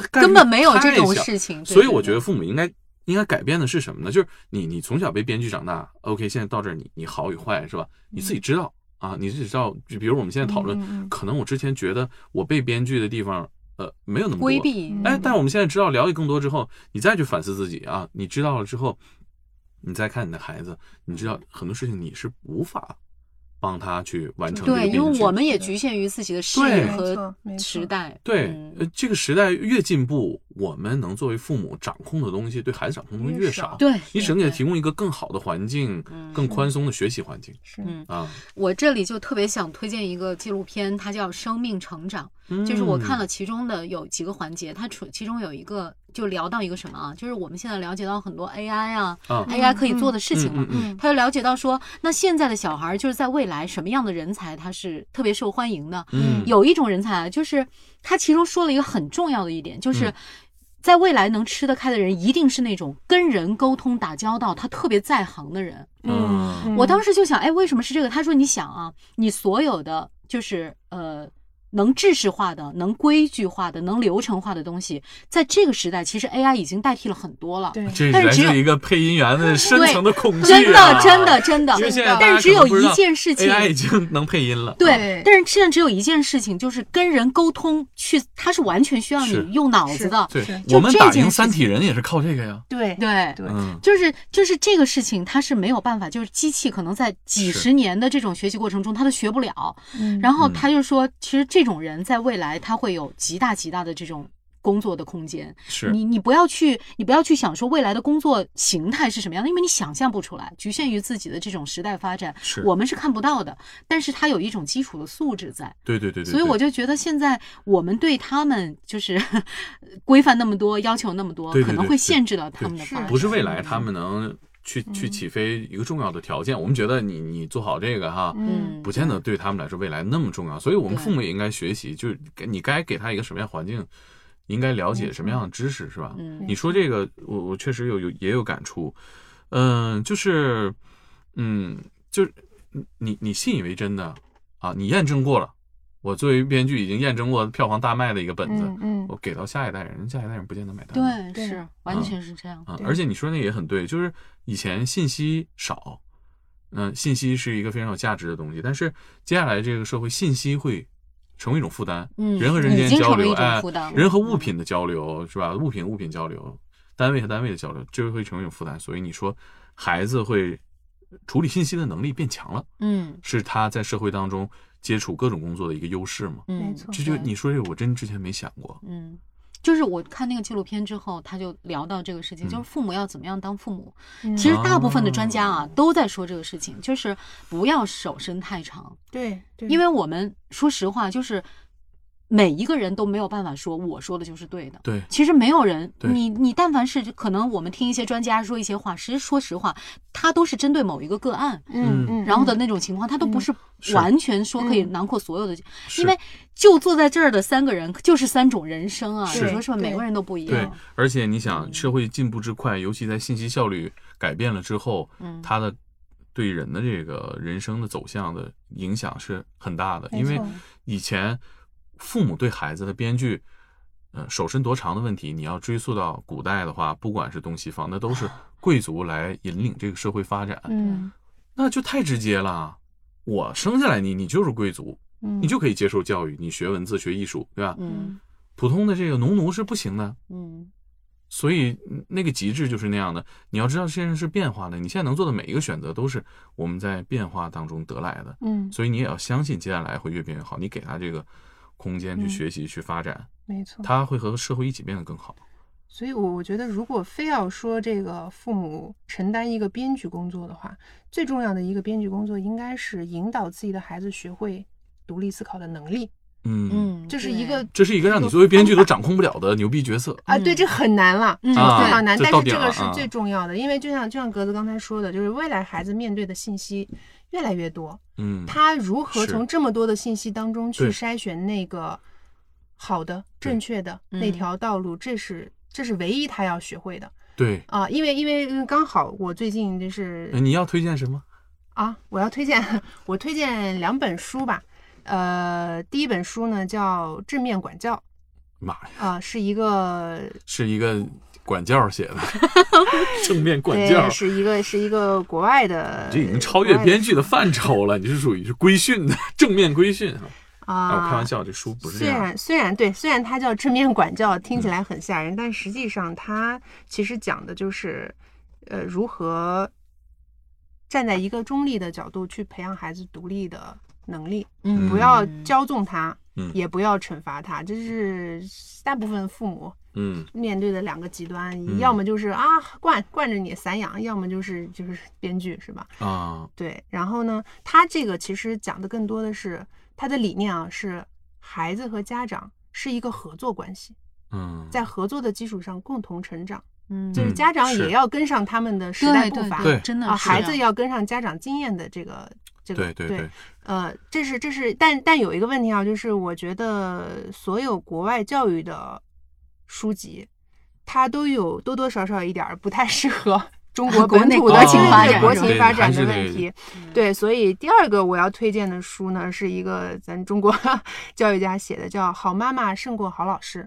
概率根本没有这种太小事情。对所以我对觉得父母应该应该改变的是什么呢？就是你你从小被编剧长大，OK，现在到这儿你你好与坏是吧？你嗯自己知道啊，你自己知道。就比如我们现在讨论，嗯嗯嗯可能我之前觉得我被编剧的地方，呃，没有那么多规。避，嗯哎，但我们现在知道了解更多之后，你再去反思自己啊，你知道了之后，你再看你的孩子，你知道很多事情你是无法帮他去完成这个对，编剧。因为我们也局限于自己的视对野没和错没错时代。对嗯，呃，这个时代越进步，我们能作为父母掌控的东西，对孩子掌控的东西越少。对，你只能给他提供一个更好的环境，嗯更宽松的学习环境是嗯啊。我这里就特别想推荐一个纪录片，它叫《生命成长》。嗯就是我看了，其中的有几个环节，它除其中有一个就聊到一个什么啊，就是我们现在了解到很多 AI 啊、啊 a i 可以做的事情嘛，嗯他就了解到说，那现在的小孩儿就是在未来什么样的人才他是特别受欢迎的？嗯，有一种人才啊，就是他其中说了一个很重要的一点，就是嗯。在未来能吃得开的人，一定是那种跟人沟通、打交道，他特别在行的人。嗯我当时时就想，哎，为什么是这个？他说，你想啊，你所有的就是呃，能制式化的、能规矩化的、能流程化的东西，在这个时代，其实 AI 已经代替了很多了。对这但是来只有自一个配音员的深层的恐惧、啊，真的，真 的，真的因为现在。但大家是只可有能不知一道件事情， AI 已经能配音了，对对，但是现在只有一件事情，就是跟人沟通去，它是完全需要是你用脑子的。对是，就我们这打件赢事三体情人也是靠这个呀。对对。对嗯，就是就是这个事情，它是没有办法，就是机器可能在几是十年的这种学习过程中，它都学不了。嗯然后嗯他就说，其实这种人在未来他会有极大极大的这种工作的空间。是你你不要去，你不要去想说未来的工作形态是什么样的，因为你想象不出来，局限于自己的这种时代发展，是，我们是看不到的。但是他有一种基础的素质在，对对对对，所以我对就觉得现在我们对他们就是 规范那么多，要求那么多，对对可能对会对限制到他对们的是发展。不是未来他们能去嗯去起飞一个重要的条件。我们觉得你你做好这个哈，嗯，不见得对他们来说未来那么重要，所以我们对父母也应该学习，就是给你该给他一个什么样环境，应该了解什么样的知识，是吧？嗯你说这个，我我确实有有也有感触，嗯、就是，嗯，就是你你信以为真的啊，你验证过了，我作为编剧已经验证过票房大卖的一个本子，嗯嗯我给到下一代人，下一代人不见得买单。对，对是完全是这样。啊，对而且你说那个也很对，就是以前信息少，嗯、信息是一个非常有价值的东西，但是接下来这个社会信息会成为一种负担，嗯人和人已间经交成为流，一种哎负担，了嗯人和物品的交流是吧？物品物品交流，单位和单位的交流，这会成为一种负担，所以你说孩子会处理信息的能力变强了，嗯是他在社会当中接触各种工作的一个优势吗？嗯，没错这就对你说这个，我真之前没想过，嗯，就是我看那个纪录片之后，他就聊到这个事情，嗯就是父母要怎么样当父母。嗯其实大部分的专家哦啊、都在说这个事情，就是不要手伸太长，对对，因为我们说实话，就是每一个人都没有办法说我说的就是对的。对，其实没有人，对你你但凡是可能我们听一些专家说一些话，其实说实话，他都是针对某一个个案，嗯嗯，然后的那种情况，他都不是嗯是完全说可以嗯囊括所有的，是因为就坐在这儿的三个人就是三种人生啊，是你说是吧？对每个人都不一对样，，而且你想，社会进步之快，尤其在信息效率改变了之后，嗯它的对人的这个人生的走向的影响是很大的。没因为错以前父母对孩子的编剧，呃，手伸多长的问题，你要追溯到古代的话，不管是东西方，那都 是贵族来引领这个社会发展，嗯那就太直接了。我生下来你，你就是贵族，嗯，你就可以接受教育，你学文字、学艺术，对吧？嗯普通的这个农奴是不行的，嗯所以嗯那个极致就是那样的。你要知道，现在是变化的，你现在能做的每一个选择都是我们在变化当中得来的，嗯，所以你也要相信接下来会越变越好。你给他这个空间去嗯学习、去发展，没错。他会和社会一起变得更好。所以，我我觉得，如果非要说这个父母承担一个编剧工作的话，最重要的一个编剧工作应该是引导自己的孩子学会独立思考的能力，嗯，嗯，这是一个这是一个让你作为 编剧都掌控不了的牛逼角色。啊，对，这很难了，嗯这啊非常难。这但到是点这了个是啊最重要的，因为就像就像格子刚才说的，就是未来孩子面对的信息越来越多，嗯，他如何是从这么多的信息当中去对筛选那个好的、对正确的那嗯条道路，这是这是唯一他要学会的对。啊。因为因为嗯刚好我最近就是呃你要推荐什么？啊，我要推荐 我推荐两本书吧。呃，第一本书呢叫《正面管教》，妈呀，啊、是一个是一个管教写 的，正面管教对，。是一个是一个国外的，这已经超越国外的编剧的范畴了，你是属于是规训的正面规训啊！啊。我开玩笑，这书不是这虽样的。嗯然虽然对，虽然它叫正面管教，听起来很吓人，但实际上它其实讲的就是，呃，如何站在一个中立的角度去培养孩子独立的能力，嗯不要骄纵他，嗯也不要惩罚他，这是大部分父母嗯面对的两个极端，嗯要么就是啊惯惯着你散养，要么就是就是编剧是吧？啊，对，然后呢，他这个其实讲的更多的是他的理念啊，是孩子和家长是一个合作关系，嗯，在合作的基础上共同成长，嗯，就是嗯家长是也要跟上他们的时代对步对伐，对真的啊，是孩的子要跟上家长经验的这个这对个对对，呃，这是这是，但但有一个问题啊，就是我觉得所有国外教育的书籍，它都有多多少少一点儿不太适 合中国国本内土的啊国这情发个展国是吧情发对展还的是问得题。对，所以第二个我要推荐的书呢，是一个咱中国 教育家写的，叫《好妈妈胜过好老师》。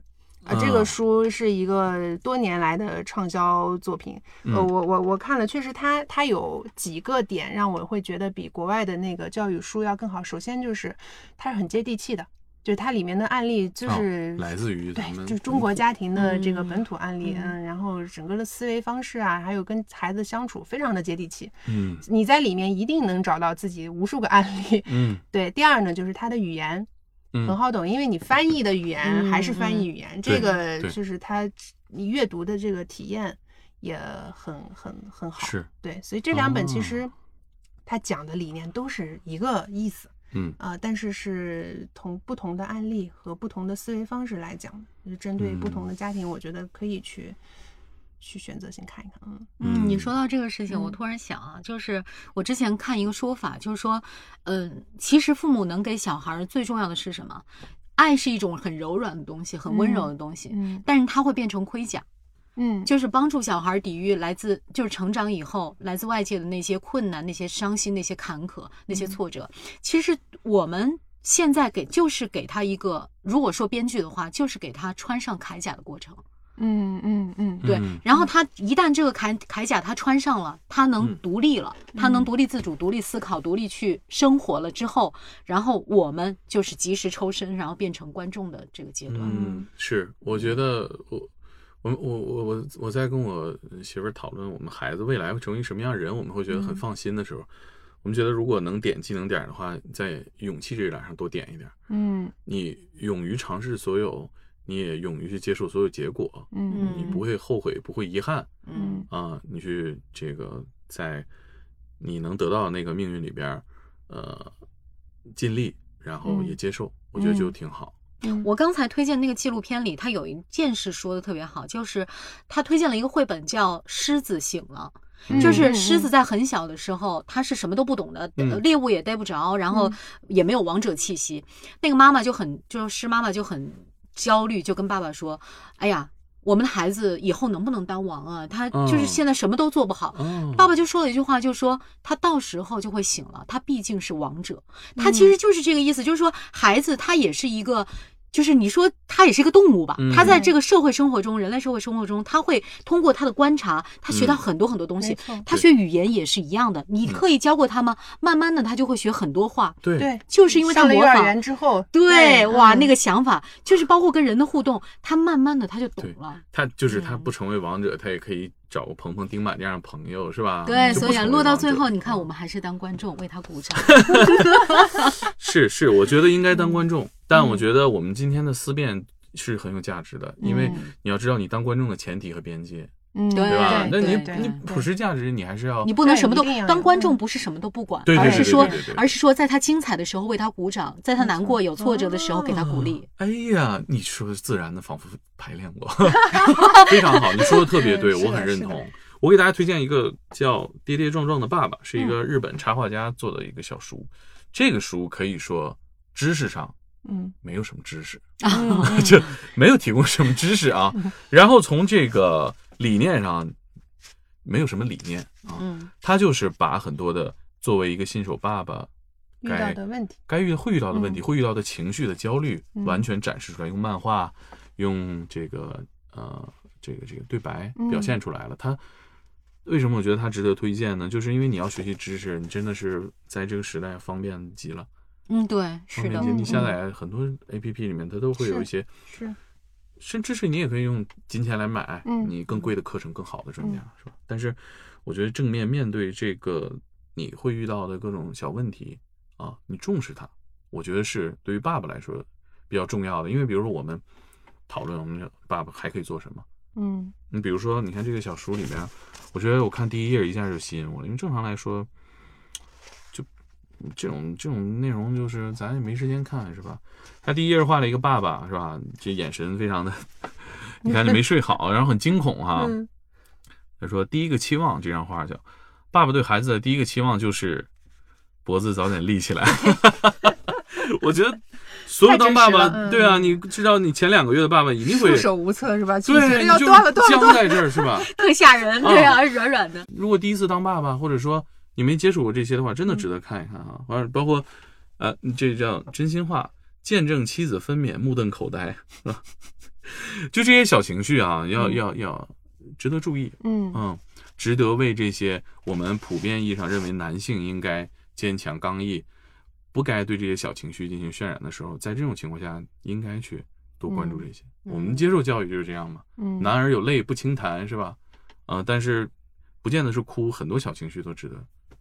啊，这啊个书是一个多年来的畅销作品，呃，嗯我我我看了，确实它它有几个点让我会觉得比国外的那个教育书要更好。首先就是它是很接地气的，就是它里面的案例就哦是、来自于咱对，们就中国家庭的这个嗯本土案例，嗯嗯然后整个的思维方式啊，还有跟孩子相处，非常的接地气。嗯你在里面一定能找到自己无数个案例。嗯对，第二呢，就是它的语言嗯很好懂，因为你翻译的语言嗯还是翻嗯译语言，这对个对就是它你阅读的这个体验也很很很好。是对，所以这两本其哦实它讲的理念都是一个意思嗯啊、呃但是是从不同的案例和不同的思维方式来讲的，就是针对嗯不同的家庭，我觉得可以去去选择性看一看。嗯嗯，你嗯说到这个事情，我嗯突然想啊，就是我之前看一个说法，就是说，嗯、其实父母能给小孩儿最重要的是什么？爱是一种很柔软的东西，很温柔的东西，嗯但是它会变成盔甲，嗯就是帮助小孩儿抵御来自就是成长以后来自外界的那些困难、那些伤心、那些坎坷、那嗯些挫折。其实我们现在给就是给他一个，如果说编剧的话，就是给他穿上铠甲的过程。嗯嗯嗯对嗯，然后他一旦这个铠铠甲他穿上了，他能嗯独立了，他能嗯独立自主、独立思考、独立去生活了之后，然后我们就是及时抽身，然后变成观众的这个阶段。嗯，是，我觉得我我我我我我在跟我媳妇儿讨论我们孩子未来会成为什么样的人，我们会觉得很嗯放心的时候，我们觉得如果能点技能点儿的话，在勇气这一栏上多点一点儿。嗯你勇于尝试所有，你也勇于去接受所有结果，嗯你不会后悔，不会遗憾嗯啊！你去这个在你能得到的那个命运里边儿，呃，尽力，然后也嗯接受，我觉得就嗯挺好。嗯我刚才推荐那个纪录片里，他有一件事说的特别好，就是他推荐了一个绘本叫《狮子醒了》。就是狮子在很小的时候，它是什么都不懂的，呃嗯猎物也逮不着，然后嗯也没有王者气息。那个妈妈就很，就是狮妈妈就很焦虑，就跟爸爸说：“哎呀，我们的孩子以后能不能当王啊？他就是嗯现在什么都做不好。哦，爸爸就说了一句话，就说他到时候就会醒了，他毕竟是王者。他其嗯实就是这个意思，就是说孩子他也是一个。就是你说他也是一个动物吧，嗯他在这个社会生活中、人类社会生活中，他会通过他的观察，他学到嗯很多很多东西没。错，他对学语言也是一样的，你嗯刻意教过他吗？慢慢的他就会学很多话，对对，就是因为他上了模幼儿仿园。之嗯后，对，哇，那个。个想法就是包括跟人的互动，他慢慢的他就懂了。他就是对他不成为王者，他也可以找个鹏鹏、丁满这样的朋友，是吧？对，就不所以啊成为落到王最者嗯后，你看我们还是当观众为他 鼓掌。是是，我觉得应该当嗯观众，但我觉得我们今天的思辨是很有价值的，因为嗯你要知道你当观众的前提和边界，嗯，对对吧？那对你嗯对你普世价值你还是要你不能对什么都一定要有当观众，嗯不是什么都不管，对对而对是对说对对对而是说在他精彩的时候为他鼓掌，在他没难错过有挫折的时候给他鼓励。哎呀，你说的自然的，仿佛排练 过，非常好，你说的特别对，嗯是我很的认是的同。我给大家推荐一个叫《跌跌撞撞的爸爸》，是一嗯个日本插画家做的一个小书。这个书可以说知识上嗯，没有什么知识， 嗯嗯这没有提供什么知识 啊。然后从这个理念上，没有什么理念啊，嗯他就是把很多的作为一个新手爸爸遇到该的问题，该遇会遇到的问题，嗯会遇到的情绪的焦虑，嗯完全展示出来，用漫画，用这个呃这个这个对白嗯表现出来了。他为什么我觉得他值得推荐呢？就是因为你要学习知识，你真的是在这个时代方便极了，嗯，对，是方便的极。嗯了。你下 载很多 A P P 里面，它都会有一是些。是甚至是你也可以用金钱来买，嗯你更贵的课程、更好的专家，是吧？但是我觉得正面面对这个你会遇到的各种小问题啊，你重视它，我觉得是对于爸爸来说比较重要的。因为比如说我们讨论我们爸爸还可以做什么。嗯你比如说，你看这个小书里面，我觉得我看第一页一下就吸引我了，因为正常来说，就这种这种内容就是咱也没时间看，是吧？他第一页画了一个爸爸，是吧？这眼神非 常的，你看就没睡好，然后很惊恐哈、嗯他说第一个期望这张画叫，爸爸对孩子的第一个期望就是脖子早点立起来。 我觉得所有当爸太爸，真实了嗯对啊，你知道你前两个月的爸爸一定会束。手无策是吧？就觉对，得你要就断了断了僵断了，在这儿是吧？更吓人，对哦啊，软软的。如果第一次当爸爸，或者说你没接触过这些的话，真嗯的值得看一看啊。完了，包括呃，这叫真心话，见证妻子分娩，目瞪口呆， 是吧？就这些小情绪啊，要嗯要要值得注意，嗯嗯，值得为这些我们普遍意义上认为男性应该坚强刚毅，不该对这些小情绪进行渲染的时候，在这种情况下，应该去多关注这些。嗯我们接受教育就是这样嘛。嗯，男儿有泪不轻弹，是吧？啊、但是不见得是哭，很多小情绪都值得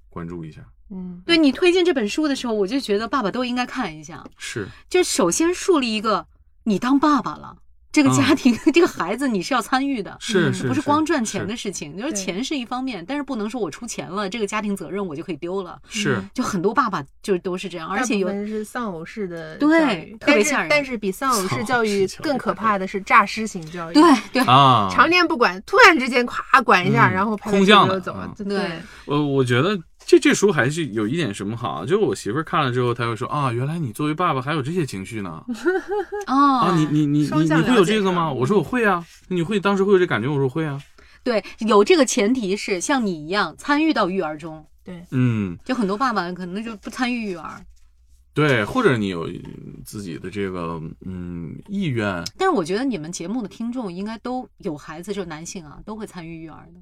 关注一下。嗯对你推荐这本书的时候，我就觉得爸爸都应该看一下。是，就首先树立一个，你当爸爸了，这个嗯家庭、 这个孩子你是要参与的，是嗯是，不是光赚是钱的事情。就是对钱是一方面，但是不能说我出钱了，这个家庭责任我就可以丢了。是嗯就很多爸爸就都是这样，而且有大部分是丧偶式的对教育特别但是吓人但是比丧偶式教丧偶育式教育更可怕的是诈尸型教育，对，对啊。嗯 常年不管，突然之间咵管一下，嗯然后拍空拍降屁股的就走了嗯，对对我我觉得这这书还是有一点什么好，就是我媳妇儿看了之后，她会说啊，原来你作为爸爸还有这些情绪呢。啊啊，你你你嗯双你向你了解会有这个吗？嗯我说我会啊。你会当时会有这感觉？我说会啊。对有这个前提是像你一样参与到育儿中，嗯，就很多爸爸可能就不参与育儿。对，或者你有嗯自己的这个嗯意愿，但是我觉得你们节目的听众应该都有孩子，就男性啊都会参与育儿的。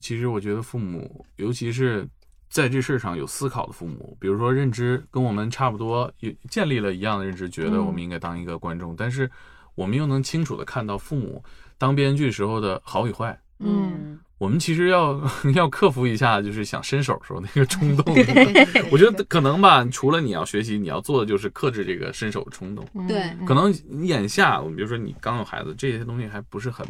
其实我觉得父母，尤其是在这事儿上有思考的父母，比如说认知跟我们差不多，也建立了一样的认知，觉得我嗯们应该当一个观众，但是我们又能清楚的看到父母当编剧时候的好与坏。嗯，我们其实要 要克服一下，就是想伸手时候那个冲动。对对对我觉得可能吧，除了你要学习，你要做的就是克制这个伸手冲动。对可能你眼下，我们比如说你刚有孩子，这些东西还不是很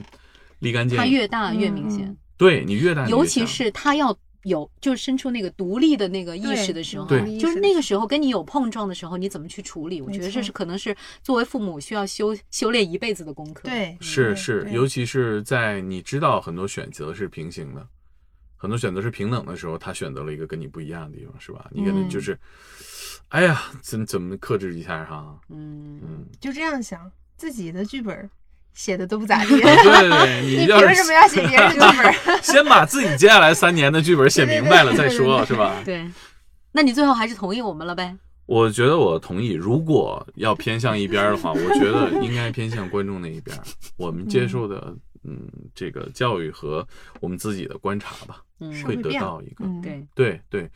立竿他见影。越大越明显，对你越大你越像，尤其是他要有就是生出那个独立的那个意识的时候，对对就是那个时候跟你有碰撞的时候，你怎么去处理？我觉得这是可能是作为父母需要修修炼一辈子的功课。，对是对是，对尤其是在你知道很多选择是平行的，很多选择是平等的时候，他选择了一个跟你不一样的地方，是吧？你跟他就嗯是，哎呀，怎怎么克制一下哈？嗯，嗯，就这样想，自己的剧本写的都不咋地，对对，你你要凭是什么要写别人的剧本？先把自己接下来三年的剧本写对对明白对了再对说，对是吧？对。那你最后还是同意我们了呗？我觉得我同意，如果要偏向一边儿的话，我觉得应该偏向观众那一边儿，我们接受的嗯这个教育和我们自己的观察吧，嗯，是会会得变到一个。 嗯，对对对，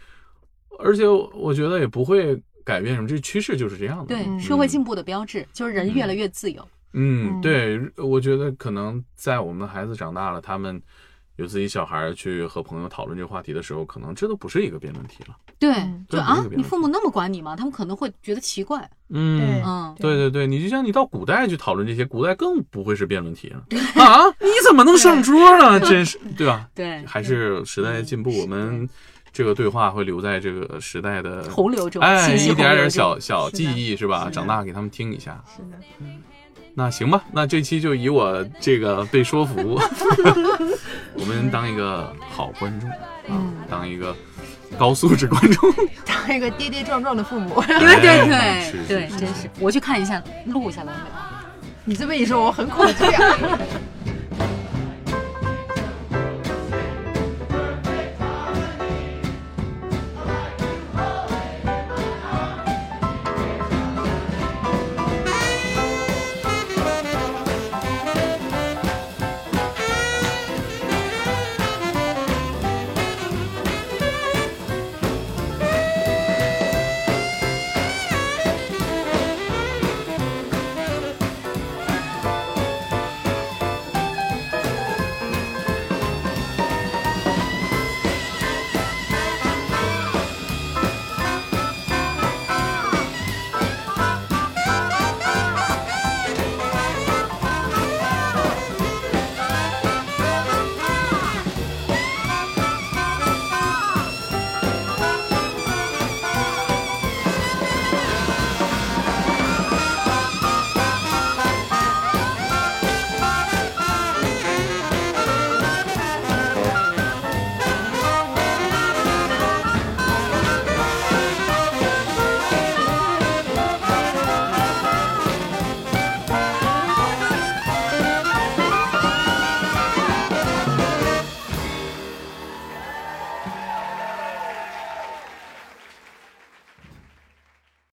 而且我我觉得也不会改变什么，这趋势就是这样的。对，嗯社会进步的标志就是人越来越自由。嗯，嗯对，我觉得可能在我们的孩子长大了，他们有自己小孩儿去和朋友讨论这个话题的时候，可能这都不是一个辩论题了。对嗯，就对啊这个，比较你父母那么管你吗？他们可能会觉得奇怪。嗯。嗯，对对对，你就像你到古代去讨论这些，古代更不会是辩论题了啊！你怎么能上桌 呢？真是，对吧？对，还是时代的进步，我们这个对话会留在这个时代的洪流中，哎，信息一洪点流点中。小小是记的忆是吧？的长大给他们听一下。是的，那行吧，那这期就以我这个被说服， 我们当一个好观众嗯啊，当一个高素质观众。当一个跌跌撞撞的父母， 对对哎是对是对，是真是，我去看一下，录下来没有？你这么一说，我很恐惧啊。